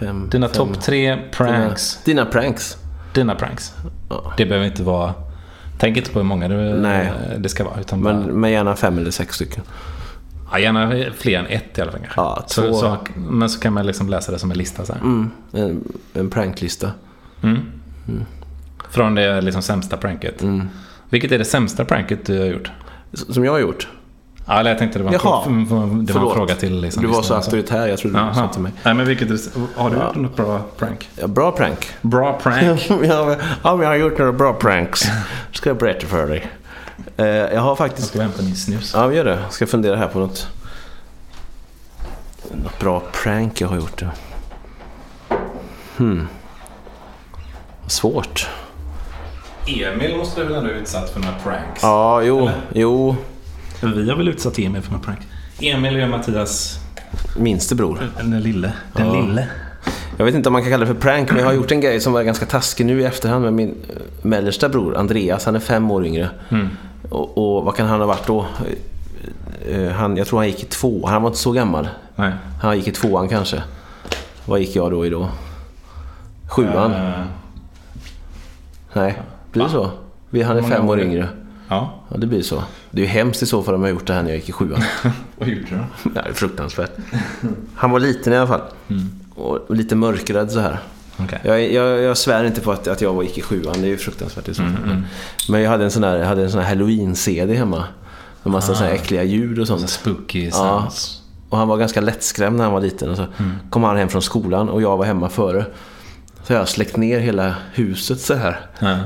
Speaker 1: Fem.
Speaker 2: Dina
Speaker 1: fem.
Speaker 2: topp tre pranks.
Speaker 1: Dina, dina pranks.
Speaker 2: Dina pranks.
Speaker 1: Ja.
Speaker 2: Det behöver inte vara... Tänk inte på hur många det,
Speaker 1: Nej.
Speaker 2: det ska vara. Utan
Speaker 1: Men,
Speaker 2: bara,
Speaker 1: men gärna fem eller sex stycken.
Speaker 2: ja, gärna fler än ett i alla fall. kanske.
Speaker 1: Ja, två.
Speaker 2: så, så, men så kan man liksom läsa det som en lista. Så här.
Speaker 1: Mm. En, en pranklista.
Speaker 2: Från det liksom sämsta pranket.
Speaker 1: Mm.
Speaker 2: Vilket är det sämsta pranket du har gjort?
Speaker 1: S- Som jag har gjort.
Speaker 2: Ja, eller jag tänkte det var,
Speaker 1: Jaha,
Speaker 2: en, frå- det var en
Speaker 1: förlåt.
Speaker 2: fråga till. Liksom,
Speaker 1: Du var så
Speaker 2: lyssnarna och
Speaker 1: auktoritär, jag trodde du sa
Speaker 2: Jaha.
Speaker 1: till mig.
Speaker 2: Nej, men vilket, är- har du gjort något bra prank?
Speaker 1: Ja, bra prank.
Speaker 2: Bra prank.
Speaker 1: ja, men, ja, men jag har gjort några bra pranks. Ska jag berätta för dig. Eh, jag har
Speaker 2: Jag
Speaker 1: faktiskt...
Speaker 2: ska hämta min snus.
Speaker 1: Ja, vi gör det. Jag ska fundera här på något. Något bra prank jag har gjort. ja. Hmm. Svårt.
Speaker 2: Emil måste väl ändå utsatt för några pranks?
Speaker 1: Ja, jo. Jo.
Speaker 2: Vi har väl utsatt Emil för några prank? Emil är Mattias,
Speaker 1: Minste bror.
Speaker 2: den lille. Den
Speaker 1: Ja.
Speaker 2: lille.
Speaker 1: Jag vet inte om man kan kalla det för prank, men jag har gjort en grej som var ganska taskig nu i efterhand med min eh, mellersta bror Andreas. Han är fem år yngre. Och, och vad kan han ha varit då? Eh, Han, jag tror han gick i två. Han var inte så gammal.
Speaker 2: Nej.
Speaker 1: Han gick i tvåan kanske. Vad gick jag då i då? Sjuan?
Speaker 2: Eh,
Speaker 1: Nej, blir det så? Vi- Han är
Speaker 2: Hur många
Speaker 1: fem
Speaker 2: år
Speaker 1: år
Speaker 2: är det?
Speaker 1: yngre.
Speaker 2: ja,
Speaker 1: Ja, det blir så. Det är ju hemskt i så fall om jag gjort det här när jag gick i sjuan.
Speaker 2: vad gjorde du då?
Speaker 1: Ja, det är fruktansvärt. Han var liten i alla fall.
Speaker 2: Mm.
Speaker 1: Och lite mörkrädd så här.
Speaker 2: Okej.
Speaker 1: Jag, jag, jag svär inte på att, att jag var gick i sjuan, det är ju fruktansvärt i så
Speaker 2: Mm,
Speaker 1: fall. Men jag hade en sån här, jag hade en sån här halloween-CD hemma. Med massa
Speaker 2: Ah.
Speaker 1: såna här äckliga ljud och sånt.
Speaker 2: Spooky
Speaker 1: Ja.
Speaker 2: sounds.
Speaker 1: Och han var ganska lättskrämd när han var liten. Och så
Speaker 2: Mm.
Speaker 1: kom han hem från skolan och jag var hemma före. Så jag har släckt ner hela huset så här.
Speaker 2: Ja.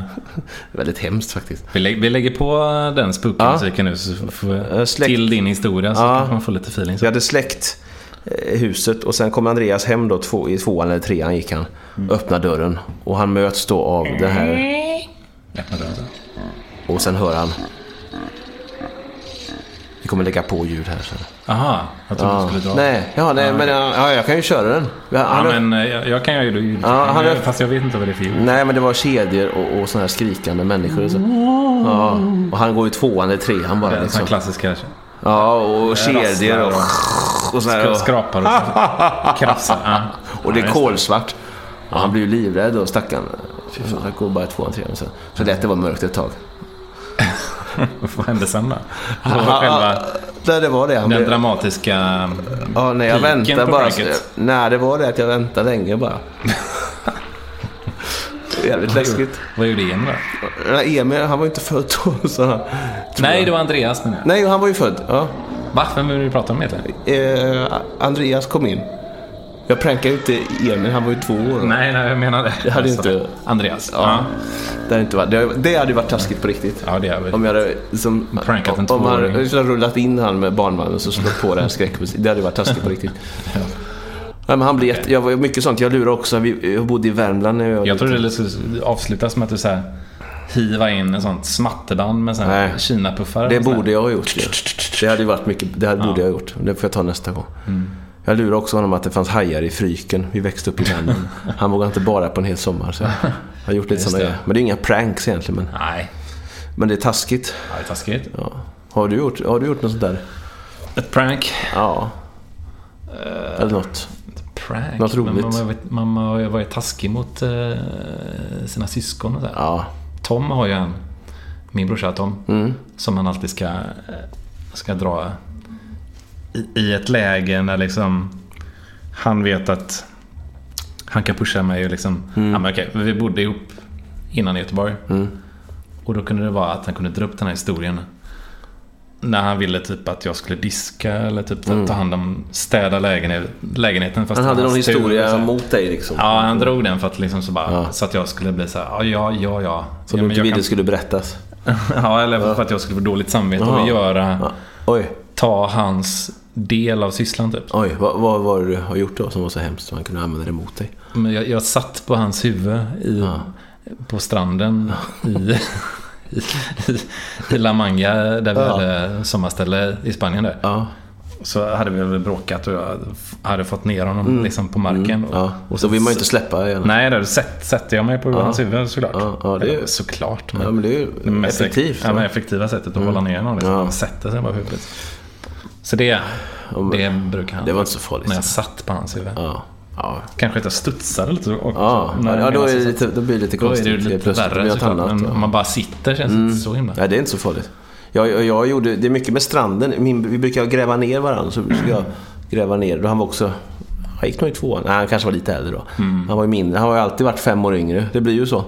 Speaker 1: Väldigt hemskt faktiskt.
Speaker 2: Vi, lä- vi lägger på den spooky musiken nu så får,
Speaker 1: Eh, släkt.
Speaker 2: till din historia så
Speaker 1: Ja.
Speaker 2: kanske man får lite feeling.
Speaker 1: Så jag hade släckt eh, huset och sen kom Andreas hem då två, i tvåan eller trean gick han.
Speaker 2: Mm.
Speaker 1: Öppnar dörren och han möts då av det här
Speaker 2: Öppna dörren så.
Speaker 1: och sen hör han. Vi kommer lägga på ljud här sen.
Speaker 2: Aha, jag trodde du skulle dra.
Speaker 1: Nej, ja, nej men ja, jag kan ju köra den.
Speaker 2: Ja,
Speaker 1: Han,
Speaker 2: men eh, jag, jag kan ju ljudet.
Speaker 1: Ja, Mm, han är-
Speaker 2: Fast jag vet inte vad det är för ljud.
Speaker 1: Nej, men det var kedjor och, och såna här skrikande människor. Och, så. Ja, och han går ju tvåan eller trean
Speaker 2: Det
Speaker 1: bara.
Speaker 2: är en
Speaker 1: Liksom.
Speaker 2: sån här klassiska.
Speaker 1: Ja, och kedjor och, och såna här.
Speaker 2: Och skrapar och så. krafsar. Ja.
Speaker 1: Och det
Speaker 2: Ja,
Speaker 1: är
Speaker 2: just
Speaker 1: kolsvart. Och han blir ju livrädd och stackaren. Fy fan, det går bara tvåan, trean sen. Så lät det vara mörkt ett tag.
Speaker 2: Vad hände sen då? Det
Speaker 1: Ja,
Speaker 2: var själva
Speaker 1: där det var det. Han
Speaker 2: den
Speaker 1: blev,
Speaker 2: dramatiska...
Speaker 1: ja, nej, jag
Speaker 2: piken
Speaker 1: väntade
Speaker 2: på
Speaker 1: bara.
Speaker 2: pranket.
Speaker 1: Nej, det var det att jag väntade länge bara. Jävligt läskigt.
Speaker 2: Vad gjorde Emil då?
Speaker 1: Nej, Emil, han var ju inte född då. Så han,
Speaker 2: Nej, det var Andreas menar jag.
Speaker 1: nej, han var ju född. Ja.
Speaker 2: Va? Vem vill du prata om egentligen?
Speaker 1: Eh, Andreas kom in. Jag prankade ju inte Emil, han var ju två år. då.
Speaker 2: Nej, nej, jag menar det. Jag
Speaker 1: hade inte-
Speaker 2: Andreas.
Speaker 1: Ja.
Speaker 2: Ja,
Speaker 1: Det, hade inte varit, det, det hade ju varit taskigt på riktigt.
Speaker 2: ja det är
Speaker 1: Om
Speaker 2: väl.
Speaker 1: jag hade liksom,
Speaker 2: Prankat en
Speaker 1: om man
Speaker 2: tvååring.
Speaker 1: hade liksom rullat in han med barnvagnen och så slått på det här skräckmusiken. Det hade ju varit taskigt på riktigt. Nej, men han blev jätte, jag var mycket sånt. Jag lurade också. Vi, jag bodde i Värmland när jag var
Speaker 2: Jag
Speaker 1: liten.
Speaker 2: trodde det skulle avslutas med att du så här hiva in en sånt smatterband med sån här
Speaker 1: Nej.
Speaker 2: kinapuffar.
Speaker 1: Det
Speaker 2: och så här.
Speaker 1: borde jag ha gjort. ju. Det hade ju varit mycket. Det här borde jag ha gjort. Det får jag ta nästa gång.
Speaker 2: Mm.
Speaker 1: Jag lurade också honom att det fanns hajar i Fryken. Vi växte upp i Värmland. Han vågade inte bara på en hel sommar. Så jag har gjort lite
Speaker 2: Just
Speaker 1: sådana
Speaker 2: det.
Speaker 1: grejer. Men det är inga pranks egentligen. Men,
Speaker 2: Nej,
Speaker 1: men det är taskigt.
Speaker 2: ja, det är taskigt.
Speaker 1: Ja. Har, du gjort, har du gjort något sånt där?
Speaker 2: Ett prank.
Speaker 1: Ja.
Speaker 2: Eh.
Speaker 1: Eller något.
Speaker 2: Prank?
Speaker 1: Något roligt.
Speaker 2: Men Mamma, jag vet, mamma har ju varit taskig mot eh, sina syskon och så här.
Speaker 1: Ja. Mm.
Speaker 2: Tom har ju en, min brorsa Tom, som han alltid ska, eh, ska dra i, i ett läge när liksom han vet att han kan pusha mig och liksom,
Speaker 1: Mm.
Speaker 2: ja men okej, vi bodde ihop innan i Göteborg. Och då kunde det vara att han kunde dra upp den här historien. När han ville typ att jag skulle diska eller typ ta hand om, städa lägenhet, lägenheten. Fast
Speaker 1: Mm. Han
Speaker 2: det
Speaker 1: hade någon
Speaker 2: var hans tur och så
Speaker 1: historia
Speaker 2: här.
Speaker 1: mot dig liksom.
Speaker 2: Ja, han drog den för att, liksom så, bara, så att jag skulle bli så här, ja, ja, ja. ja.
Speaker 1: Som du
Speaker 2: ja, men
Speaker 1: inte
Speaker 2: jag
Speaker 1: ville
Speaker 2: kan-
Speaker 1: skulle berättas.
Speaker 2: ja, eller för att jag skulle få dåligt samvete och
Speaker 1: Jaha.
Speaker 2: göra,
Speaker 1: Ja. Oj.
Speaker 2: ta hans del av sysslan typ.
Speaker 1: Oj, vad, vad var det du har gjort då som var så hemskt som man kunde använda det mot dig?
Speaker 2: Men jag, jag satt på hans huvud i,
Speaker 1: Ja.
Speaker 2: på stranden i, i, i, i La Manga där vi
Speaker 1: Ja.
Speaker 2: hade sommarställe i Spanien där.
Speaker 1: Ja,
Speaker 2: Så hade vi väl bråkat och jag hade fått ner honom liksom på marken.
Speaker 1: Mm.
Speaker 2: Och,
Speaker 1: ja.
Speaker 2: och
Speaker 1: så vill man ju inte släppa gärna.
Speaker 2: Nej, då sätt, sätter jag mig på hans huvud såklart.
Speaker 1: Ja, ja, det är ju-
Speaker 2: Eller, Såklart. Men
Speaker 1: Ja, men det är ju
Speaker 2: det mest
Speaker 1: effektivt.
Speaker 2: Ja,
Speaker 1: va?
Speaker 2: men effektiva sättet att hålla ner någon. Liksom.
Speaker 1: Ja.
Speaker 2: Man sätter sig på huvudet. Så det,
Speaker 1: men-
Speaker 2: det brukar han.
Speaker 1: Det var inte så farligt.
Speaker 2: När jag satt på hans huvud.
Speaker 1: Ja. Ja.
Speaker 2: Kanske att jag studsade lite. Och,
Speaker 1: Ja,
Speaker 2: när-
Speaker 1: ja, då,
Speaker 2: medan
Speaker 1: är
Speaker 2: jag
Speaker 1: det
Speaker 2: satt.
Speaker 1: lite, då blir det lite
Speaker 2: Då
Speaker 1: konstigt.
Speaker 2: är alltså, det ju
Speaker 1: helt
Speaker 2: lite
Speaker 1: plötsligt. Det blir
Speaker 2: värre
Speaker 1: något
Speaker 2: såklart.
Speaker 1: annat,
Speaker 2: Men
Speaker 1: ja. Mm.
Speaker 2: om man bara sitter känns det inte så himla.
Speaker 1: Nej, det är inte så farligt. Jag, jag, jag gjorde, det är mycket med stranden. Min, vi brukar gräva ner varandra. Så
Speaker 2: Mm.
Speaker 1: skulle jag gräva ner. Då han var också... Han gick nog i tvåan. Nej, han kanske var lite äldre då.
Speaker 2: Mm.
Speaker 1: Han var ju mindre. Han har ju alltid varit fem år yngre. Det blir ju så.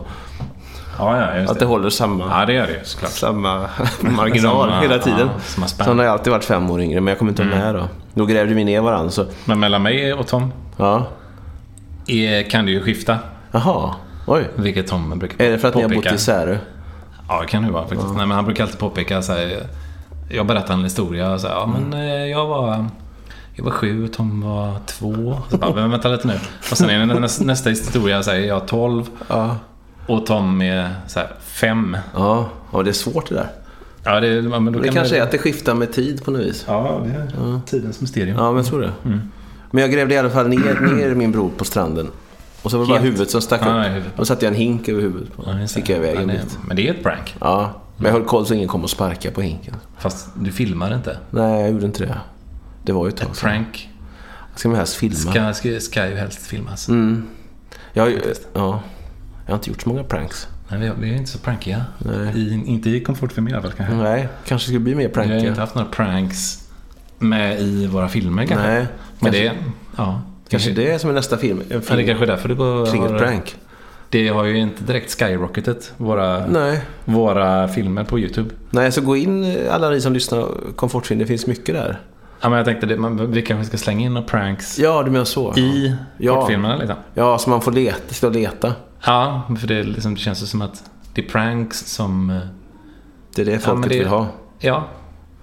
Speaker 2: Ja, ja, just
Speaker 1: Att det
Speaker 2: det.
Speaker 1: håller samma,
Speaker 2: Ja, det gör det ju såklart.
Speaker 1: samma marginal
Speaker 2: Samma-
Speaker 1: hela tiden.
Speaker 2: ja, samma
Speaker 1: så
Speaker 2: spänn. Mm.
Speaker 1: han har ju alltid varit fem år yngre. Men jag kommer inte ihåg när då. Då grävde vi ner varandra. Så,
Speaker 2: Men mellan mig och Tom
Speaker 1: ja.
Speaker 2: är, kan det ju skifta.
Speaker 1: Jaha. Oj.
Speaker 2: Vilket Tom brukar
Speaker 1: Är det för att ni har bott
Speaker 2: påpeka.
Speaker 1: isär?
Speaker 2: Ja, det kan det ju vara faktiskt. Nej, men han brukar alltid påpeka så här, Jag berättar en historia. Så här, ja,
Speaker 1: Mm.
Speaker 2: men eh, jag var... Jag var sju och Tom var två. Så bara, men vänta lite nu. Och sen är det nästa, nästa historia. Så här, jag är tolv
Speaker 1: Ja.
Speaker 2: och Tom är så här, fem.
Speaker 1: Ja, ja det är svårt det där.
Speaker 2: Ja, det, ja, men då
Speaker 1: Det
Speaker 2: kan
Speaker 1: kanske
Speaker 2: det,
Speaker 1: är att det skiftar med tid på något vis.
Speaker 2: Ja, det är tidens mysterium.
Speaker 1: Ja, men jag tror det.
Speaker 2: Mm.
Speaker 1: Men jag grävde i alla fall ner, ner min bror på stranden. Och så var det bara
Speaker 2: Helt.
Speaker 1: huvudet som stack upp.
Speaker 2: Ja, nej, huvudet.
Speaker 1: Då satte jag en hink över huvudet på
Speaker 2: Ja,
Speaker 1: honom.
Speaker 2: just det.
Speaker 1: Fick jag iväg
Speaker 2: Ja,
Speaker 1: en
Speaker 2: det,
Speaker 1: bit.
Speaker 2: men det är ett prank.
Speaker 1: Ja, men jag höll koll så ingen kom och sparkade på hinken.
Speaker 2: Fast du filmar inte.
Speaker 1: Nej, jag gjorde inte det. Det var ju ett tag sedan.
Speaker 2: Prank
Speaker 1: Ska man helst filma?
Speaker 2: ska, ska, ska ju helst filmas.
Speaker 1: Mm. Jag, har ju- ja, jag har inte gjort så många pranks.
Speaker 2: Men vi, vi är inte så prankiga.
Speaker 1: Nej.
Speaker 2: I, inte i komfortfilmer i alla fall kanske.
Speaker 1: Nej, kanske skulle bli mer
Speaker 2: Vi har ju inte
Speaker 1: prankiga.
Speaker 2: haft några pranks med i våra filmer kanske.
Speaker 1: Nej,
Speaker 2: Men
Speaker 1: kanske-
Speaker 2: det, ja.
Speaker 1: Kanske det är som är nästa film. En
Speaker 2: Ja, det är
Speaker 1: film
Speaker 2: kanske är därför det går...
Speaker 1: kring ett
Speaker 2: har-
Speaker 1: prank.
Speaker 2: Det har ju inte direkt skyrocketat, våra,
Speaker 1: Nej.
Speaker 2: våra filmer på YouTube.
Speaker 1: Nej, så gå in eh, alla ni som lyssnar. Komfortfilm, det finns mycket där.
Speaker 2: Ja, men jag tänkte det, man, vi kanske ska slänga in några pranks
Speaker 1: Ja, du menar så.
Speaker 2: i
Speaker 1: Ja.
Speaker 2: kortfilmerna liksom.
Speaker 1: Ja, så man får leta, stå och leta.
Speaker 2: Ja, för det, är liksom, det känns ju som att det är pranks som... eh,
Speaker 1: Det är det folket
Speaker 2: men det-
Speaker 1: vill ha.
Speaker 2: Ja,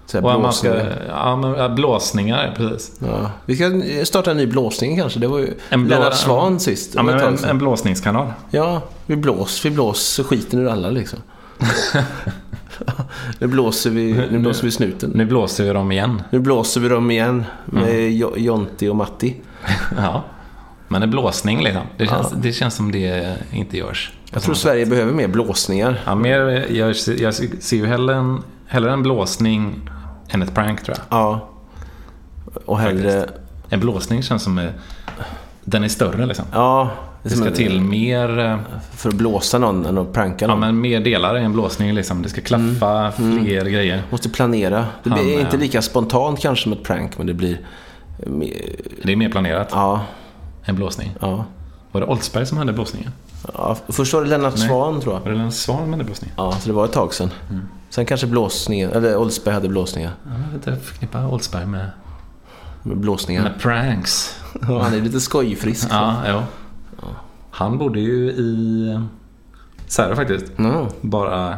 Speaker 1: Så här
Speaker 2: och man ska,
Speaker 1: blåsningar.
Speaker 2: ja, men, ja, blåsningar. Precis.
Speaker 1: Ja. Vi ska starta en ny blåsning kanske. Det var ju
Speaker 2: En blå-
Speaker 1: Lennart Svan sist.
Speaker 2: Ja,
Speaker 1: Det var
Speaker 2: men,
Speaker 1: ett tag
Speaker 2: en,
Speaker 1: sedan.
Speaker 2: en blåsningskanal.
Speaker 1: ja, vi blås, vi blåser skiten ur alla liksom. nu, blåser vi, nu blåser vi snuten.
Speaker 2: Nu blåser vi dem igen.
Speaker 1: Nu blåser vi dem igen med
Speaker 2: Mm.
Speaker 1: Jo- Jonti och Matti.
Speaker 2: Ja. Men en blåsning liksom. Det känns, det känns som det inte görs.
Speaker 1: Jag tror Sverige behöver mer blåsningar.
Speaker 2: Ja, mer, jag, jag ser ju hellre en, hellre en blåsning än ett prank tror jag.
Speaker 1: Ja. Och hellre...
Speaker 2: En blåsning känns som eh, den är större liksom.
Speaker 1: Ja.
Speaker 2: Det ska
Speaker 1: men-
Speaker 2: till mer, eh,
Speaker 1: För att blåsa någon än att pranka
Speaker 2: ja,
Speaker 1: någon.
Speaker 2: men mer delar i en blåsning liksom. Det ska klaffa fler grejer.
Speaker 1: Måste planera. Det
Speaker 2: Han,
Speaker 1: blir inte
Speaker 2: eh,
Speaker 1: lika spontant kanske som ett prank, men det blir... eh, mer-
Speaker 2: Det är mer planerat
Speaker 1: Ja,
Speaker 2: än blåsning.
Speaker 1: ja.
Speaker 2: Var det Oldsberg som hade blåsningen?
Speaker 1: ja först var det Lennart Svan tror jag.
Speaker 2: Var det Lennart Swahn som hade blåsningen?
Speaker 1: Ja, så det var ett tag sedan.
Speaker 2: Mm.
Speaker 1: Sen kanske blåsningen, eller Oldsberg hade blåsningar.
Speaker 2: Ja, Jag vet inte, jag förknippar Oldsberg med,
Speaker 1: Med blåsningar.
Speaker 2: med pranks.
Speaker 1: Ja, Han är lite skojfrisk.
Speaker 2: Mm. Ja, ja. Han bodde ju i Särö faktiskt.
Speaker 1: Mm.
Speaker 2: Bara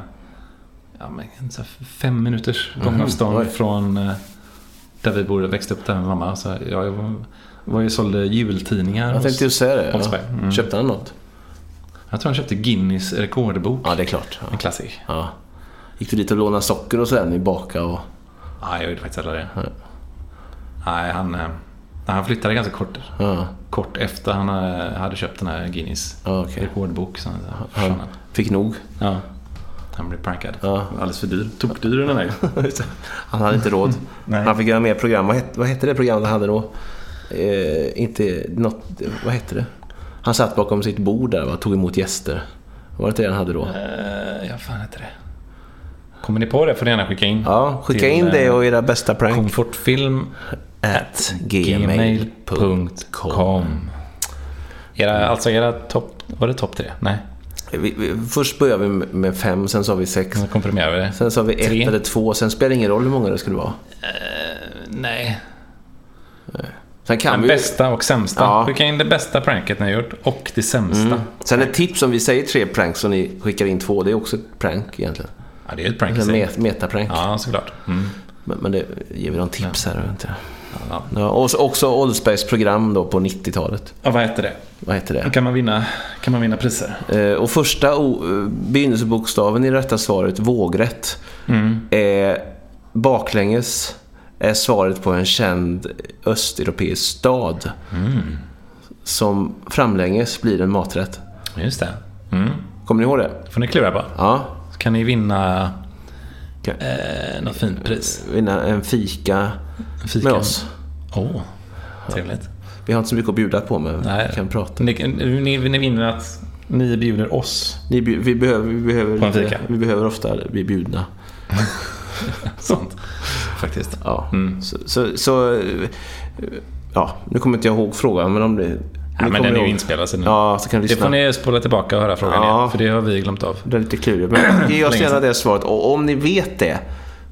Speaker 2: ja, men, en så här fem minuters gångavstånd
Speaker 1: Mhm. oj.
Speaker 2: från eh, där vi bodde, växte upp där med mamma. Så jag var, var ju sålde jultidningar.
Speaker 1: Jag
Speaker 2: hos-
Speaker 1: tänkte ju säga det. Ja.
Speaker 2: Oldsberg. Mm.
Speaker 1: Köpte han något?
Speaker 2: jag tror han köpte Guinness rekordbok.
Speaker 1: Ja, det är klart. Ja.
Speaker 2: En klassik.
Speaker 1: Ja. Gick du dit och lånade socker och sådär när ni bakade? Och...
Speaker 2: Nej, jag gjorde faktiskt aldrig det. Nej, han, eh, nej, han flyttade ganska kort,
Speaker 1: Ja.
Speaker 2: kort efter han eh, hade köpt den här Guinness
Speaker 1: Ja, okej.
Speaker 2: rekordbok. Så, han-
Speaker 1: Han fick nog.
Speaker 2: Ja. Han blev prankad.
Speaker 1: Ja.
Speaker 2: Alldeles för dyr. Tokdyr den här
Speaker 1: han hade inte råd.
Speaker 2: Nej.
Speaker 1: Han fick göra mer program. Vad hette, vad hette det programmet han hade då? Eh, inte något, vad hette det? Han satt bakom sitt bord där och tog emot gäster. Var det inte det han hade då?
Speaker 2: uh, Ja, fan heter det? Kommer ni på det får ni gärna skicka in.
Speaker 1: Ja, skicka
Speaker 2: Till,
Speaker 1: in det
Speaker 2: eh,
Speaker 1: och era bästa prank.
Speaker 2: Komfortfilm
Speaker 1: At
Speaker 2: gmail.com era, Alltså era topp... Var det topp tre? Nej,
Speaker 1: Vi, vi, först började vi med- med fem, sen sa vi sex.
Speaker 2: så komprimerar vi det.
Speaker 1: Sen sa vi ett
Speaker 2: Mm. Tre.
Speaker 1: eller två, sen spelar det ingen roll hur många det skulle vara.
Speaker 2: Nej.
Speaker 1: Sen kan
Speaker 2: Den
Speaker 1: vi ju...
Speaker 2: bästa och sämsta.
Speaker 1: Ja.
Speaker 2: Skicka in det bästa pranket ni har gjort och det sämsta.
Speaker 1: Sen ett tips om vi säger tre pranks och ni skickar in två. Det är också ett prank egentligen.
Speaker 2: Ja, det är ju ett prank i
Speaker 1: En
Speaker 2: sig.
Speaker 1: met- metaprank.
Speaker 2: Ja, såklart. Mm.
Speaker 1: Men, men det ger vi någon tips här. Vet inte.
Speaker 2: Ja.
Speaker 1: Ja, och så också Oldsbergs program då på 90-talet.
Speaker 2: ja, vad heter det?
Speaker 1: Vad heter det?
Speaker 2: Kan man vinna, kan man vinna priser?
Speaker 1: Eh, Och första o- eh, begynnelsebokstaven i rätta svaret, vågrätt,
Speaker 2: Mm.
Speaker 1: är baklänges är svaret på en känd östeuropeisk stad.
Speaker 2: Mm.
Speaker 1: Som framlänges blir en maträtt.
Speaker 2: Just det. Mm.
Speaker 1: Kommer ni ihåg det?
Speaker 2: får ni klura på.
Speaker 1: Ja.
Speaker 2: Så kan ni vinna
Speaker 1: Kan-
Speaker 2: eh, något fint pris.
Speaker 1: Vinna en fika
Speaker 2: Fika.
Speaker 1: med oss.
Speaker 2: Åh, trevligt.
Speaker 1: Vi har inte så mycket att bjuda på men
Speaker 2: Nej.
Speaker 1: vi kan prata.
Speaker 2: Ni, ni, ni vinner att ni bjuder oss
Speaker 1: Ni, bju- vi, behöver, vi, behöver,
Speaker 2: På en fika.
Speaker 1: vi behöver ofta bli bjudna.
Speaker 2: sånt. Faktiskt.
Speaker 1: Ja.
Speaker 2: Mm.
Speaker 1: Så, så, så, eh, ja, nu kommer inte jag ihåg frågan men om det... ni
Speaker 2: Ja, men
Speaker 1: kommer
Speaker 2: den är ju
Speaker 1: ihåg.
Speaker 2: inspelad så nu.
Speaker 1: Ja, så kan vi
Speaker 2: det
Speaker 1: lyssna.
Speaker 2: får ni spola tillbaka och höra frågan
Speaker 1: Ja.
Speaker 2: igen. För det har vi glömt av.
Speaker 1: Det är lite klurigt. Men ge oss
Speaker 2: Länge
Speaker 1: gärna det svaret. Och om ni vet det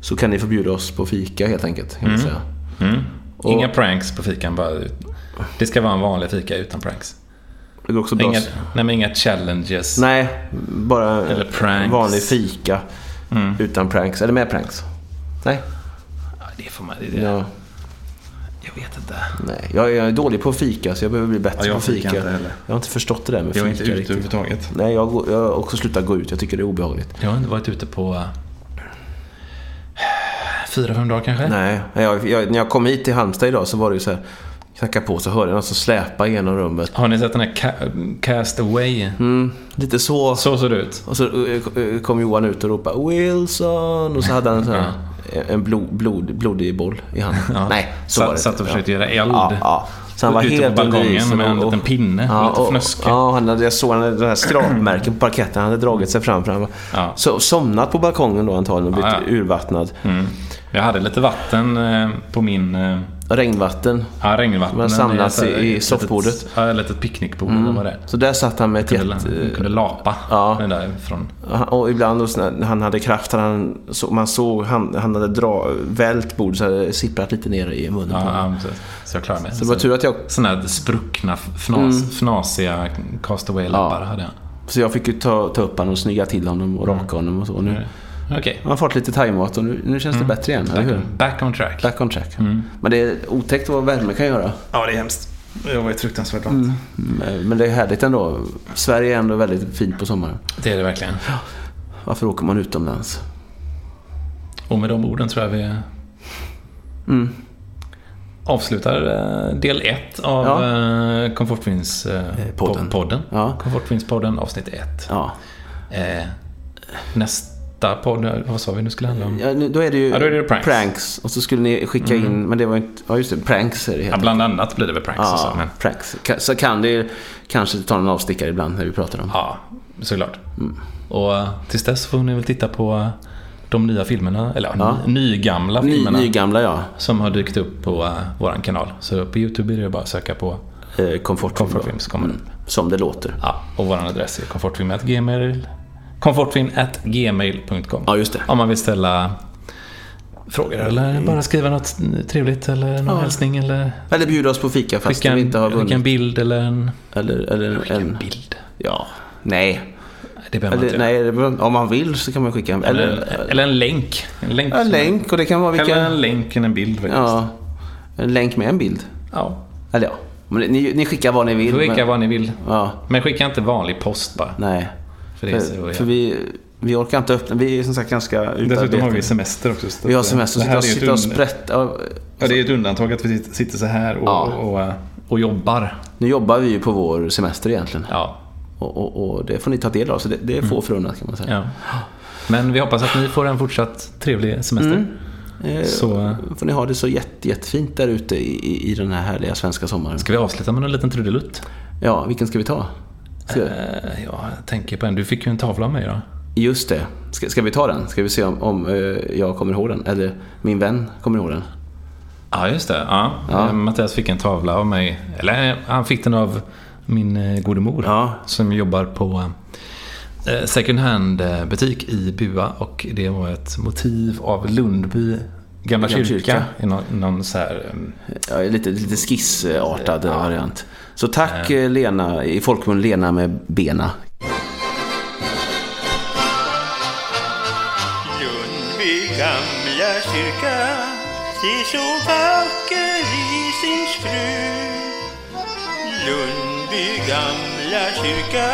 Speaker 1: så kan ni få bjuda oss på fika helt enkelt. Kan man
Speaker 2: Mm.
Speaker 1: säga.
Speaker 2: Inga pranks på fikan. Bara, det ska vara en vanlig fika utan pranks.
Speaker 1: Det går också bra.
Speaker 2: Inga, nej, men inga challenges.
Speaker 1: Nej, bara
Speaker 2: Eller pranks. Mm.
Speaker 1: vanlig fika. Utan pranks. Eller med pranks. Nej.
Speaker 2: Ja, Det får man, det,
Speaker 1: Ja,
Speaker 2: Jag vet inte.
Speaker 1: nej. Jag, jag är dålig på att fika så jag behöver bli bättre
Speaker 2: Ja, jag
Speaker 1: på att fika.
Speaker 2: fikar inte heller.
Speaker 1: Jag har inte förstått det där med
Speaker 2: Jag är inte
Speaker 1: fika
Speaker 2: ute
Speaker 1: riktigt.
Speaker 2: överhuvudtaget.
Speaker 1: Nej, jag, går- jag har också slutat gå ut. Jag tycker det är obehagligt.
Speaker 2: Jag har inte varit ute på eh, fyra fem dagar kanske.
Speaker 1: Nej, jag, jag, när jag kom hit till Halmstad idag så var det ju så här. Knacka på så hörde jag någon som släpa genom rummet.
Speaker 2: Har ni sett den här ca- Cast Away?
Speaker 1: Mm, lite så.
Speaker 2: Så såg det ut.
Speaker 1: Och så eh, eh, kom Johan ut och ropade Wilson och så hade han en, sån här, en blod, blod, blodig boll i handen.
Speaker 2: Ja.
Speaker 1: Nej, så
Speaker 2: satt,
Speaker 1: var det
Speaker 2: satt
Speaker 1: inte.
Speaker 2: och försökte göra eld.
Speaker 1: Ja, ja. Så han var
Speaker 2: Ute på
Speaker 1: helt under
Speaker 2: balkongen
Speaker 1: isen
Speaker 2: med en
Speaker 1: och-
Speaker 2: liten pinne och lite fnöske.
Speaker 1: Ja, han hade, jag såg han hade det här skrapmärken på parketten. Han hade dragit sig fram. fram.
Speaker 2: Ja.
Speaker 1: Så, somnat på balkongen då antagligen och blivit
Speaker 2: Ja, ja.
Speaker 1: urvattnad.
Speaker 2: Mm. Jag hade lite vatten eh, på min... eh,
Speaker 1: Regnvatten.
Speaker 2: Ja, regnvatten.
Speaker 1: Men samlas
Speaker 2: Det är så här
Speaker 1: i- i
Speaker 2: ett
Speaker 1: soffbordet.
Speaker 2: litet- Ja, ett litet picknickbord. Mm. Var det.
Speaker 1: Så där satt han med ett
Speaker 2: Kunde,
Speaker 1: jätte...
Speaker 2: kunde lapa
Speaker 1: Ja.
Speaker 2: den där från...
Speaker 1: Han- Och ibland då, så när han hade kraft, han, så, man såg han, han hade dra, vält bordet så hade det sipprat lite ner i munnen på honom.
Speaker 2: Ja, ja, precis. så jag klarade mig.
Speaker 1: Så det var tur att jag
Speaker 2: Sådana här spruckna, fnas, fnasiga castaway-läppar
Speaker 1: Ja.
Speaker 2: hade jag.
Speaker 1: Så jag fick ju ta, ta upp honom och snygga till honom
Speaker 2: Mm.
Speaker 1: och raka honom och så. Nu har
Speaker 2: Okej.
Speaker 1: han fått lite thaimat och nu, nu känns
Speaker 2: Mm.
Speaker 1: det bättre igen, eller hur?
Speaker 2: Back on track.
Speaker 1: Back on track.
Speaker 2: Mm.
Speaker 1: Men det är otäckt vad värme kan göra.
Speaker 2: Ja, det är hemskt. Jag var ju fruktansvärt
Speaker 1: Mm.
Speaker 2: varmt.
Speaker 1: Men- Men det är härligt ändå. Sverige är ändå väldigt fint på sommaren.
Speaker 2: Det är det verkligen.
Speaker 1: Varför åker man utomlands?
Speaker 2: Och med de orden tror jag vi
Speaker 1: Mm.
Speaker 2: avslutar eh, del ett av eh,
Speaker 1: Ja.
Speaker 2: ja. Komfortvinspodden.
Speaker 1: Eh, podden.
Speaker 2: podden.
Speaker 1: Ja.
Speaker 2: Komfortvinspodden avsnitt ett.
Speaker 1: Ja.
Speaker 2: Eh, nästa podd, eh, vad sa vi nu skulle handla om?
Speaker 1: ja nu, då är det ju
Speaker 2: Ja, då är det pranks. Mm.
Speaker 1: Och så skulle ni skicka in, men det var ju inte... Ja, just det. Pranks är det
Speaker 2: Ja,
Speaker 1: helt
Speaker 2: bland annat blir det väl pranks och så.
Speaker 1: Ja,
Speaker 2: Men,
Speaker 1: pranks. Ka- Så kan det ju kanske ta en avstickare ibland när vi pratar om.
Speaker 2: ja, såklart.
Speaker 1: Mm.
Speaker 2: Och eh, tills dess får ni väl titta på eh, de nya filmerna, eller ja. ny- nygamla
Speaker 1: Ny,
Speaker 2: filmerna.
Speaker 1: nygamla ja.
Speaker 2: som har dykt upp på eh, vår kanal. Så på YouTube är det bara att söka på
Speaker 1: Eh, komfort. Mm,
Speaker 2: Komfortfilm så kommer det upp.
Speaker 1: Som det låter.
Speaker 2: Ja, och vår adress är komfortfilm.gmail komfortfilm.gmail.com
Speaker 1: Ja, Mm. just det.
Speaker 2: Om man vill ställa frågor eller bara skriva något trevligt eller någon hälsning eller
Speaker 1: Eller bjuda oss på fika fast
Speaker 2: skicka
Speaker 1: vi inte har
Speaker 2: en,
Speaker 1: vunnit.
Speaker 2: skicka en bild eller en...
Speaker 1: Eller, eller en...
Speaker 2: En bild?
Speaker 1: Ja. Nej.
Speaker 2: Det behöver man
Speaker 1: Eller,
Speaker 2: inte göra.
Speaker 1: nej, det beror- om man vill så kan man skicka en... Eller,
Speaker 2: Eller, eller en länk. En länk.
Speaker 1: en länk och det kan vara
Speaker 2: Hellre
Speaker 1: vilka...
Speaker 2: en länk än en bild faktiskt. Ja.
Speaker 1: Ja. En länk med en bild.
Speaker 2: ja.
Speaker 1: Eller ja. Men ni, ni skickar vad ni vill.
Speaker 2: Skicka
Speaker 1: men,
Speaker 2: vad ni vill.
Speaker 1: Ja.
Speaker 2: Men skicka inte vanlig post bara.
Speaker 1: Nej.
Speaker 2: För det är så
Speaker 1: För,
Speaker 2: jävla-
Speaker 1: för vi, vi orkar inte öppna. Vi är som sagt ganska
Speaker 2: Dessutom har vi
Speaker 1: utarbetade.
Speaker 2: semester också. så
Speaker 1: Vi har
Speaker 2: att, eh,
Speaker 1: semester
Speaker 2: det
Speaker 1: så
Speaker 2: här
Speaker 1: vi
Speaker 2: är ju ett
Speaker 1: sitter och
Speaker 2: under-
Speaker 1: sprättar.
Speaker 2: Ja, det är ett undantag att vi sit- sitter så här och,
Speaker 1: Ja.
Speaker 2: och, eh, och jobbar.
Speaker 1: Alltså, Nu jobbar vi ju på vår semester egentligen.
Speaker 2: Ja. Mm.
Speaker 1: Och, och, och det får ni ta del av. Så det, det är få förunnat kan man säga.
Speaker 2: ja. Men vi hoppas att ni får en fortsatt trevlig semester.
Speaker 1: Eh,
Speaker 2: Så eh,
Speaker 1: får ni ha det så jätte, jättefint där ute i, i- i den här härliga svenska sommaren.
Speaker 2: ska vi avsluta med en liten trudelutt.
Speaker 1: Ja, vilken ska vi ta? Ska,
Speaker 2: Eh, Jag tänker på en. Du fick ju en tavla av mig då.
Speaker 1: just det. Ska, ska vi ta den? Ska vi se om, om eh, jag kommer ihåg den? Eller min vän kommer ihåg den?
Speaker 2: Ja, just det. Ja.
Speaker 1: Ja.
Speaker 2: Eh, Mattias fick en tavla av mig. Eller eh, han fick den av min eh, gode mor.
Speaker 1: Ja.
Speaker 2: Som jobbar på eh, second hand-butik i Bua. Och det var ett motiv av Lundby
Speaker 1: Gamla
Speaker 2: gamla kyrka.
Speaker 1: kyrka.
Speaker 2: I någon, någon så här... eh,
Speaker 1: Ja, lite, lite skissartad variant. Så tack eh, Lena, i folkmun Lena med bena.
Speaker 3: Lundby gamla kyrka se så vacker i sin sprut Lundby gamla kyrka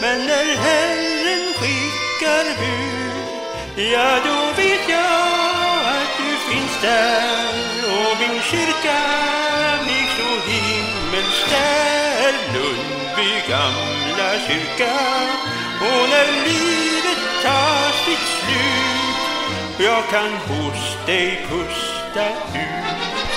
Speaker 3: Men när Herren skickar bud Ja, då vet jag att du finns där Och min kyrka blir så himmelskt där Lundby gamla kyrka Och när livet tar sitt slut Jag kan hos dig pusta ut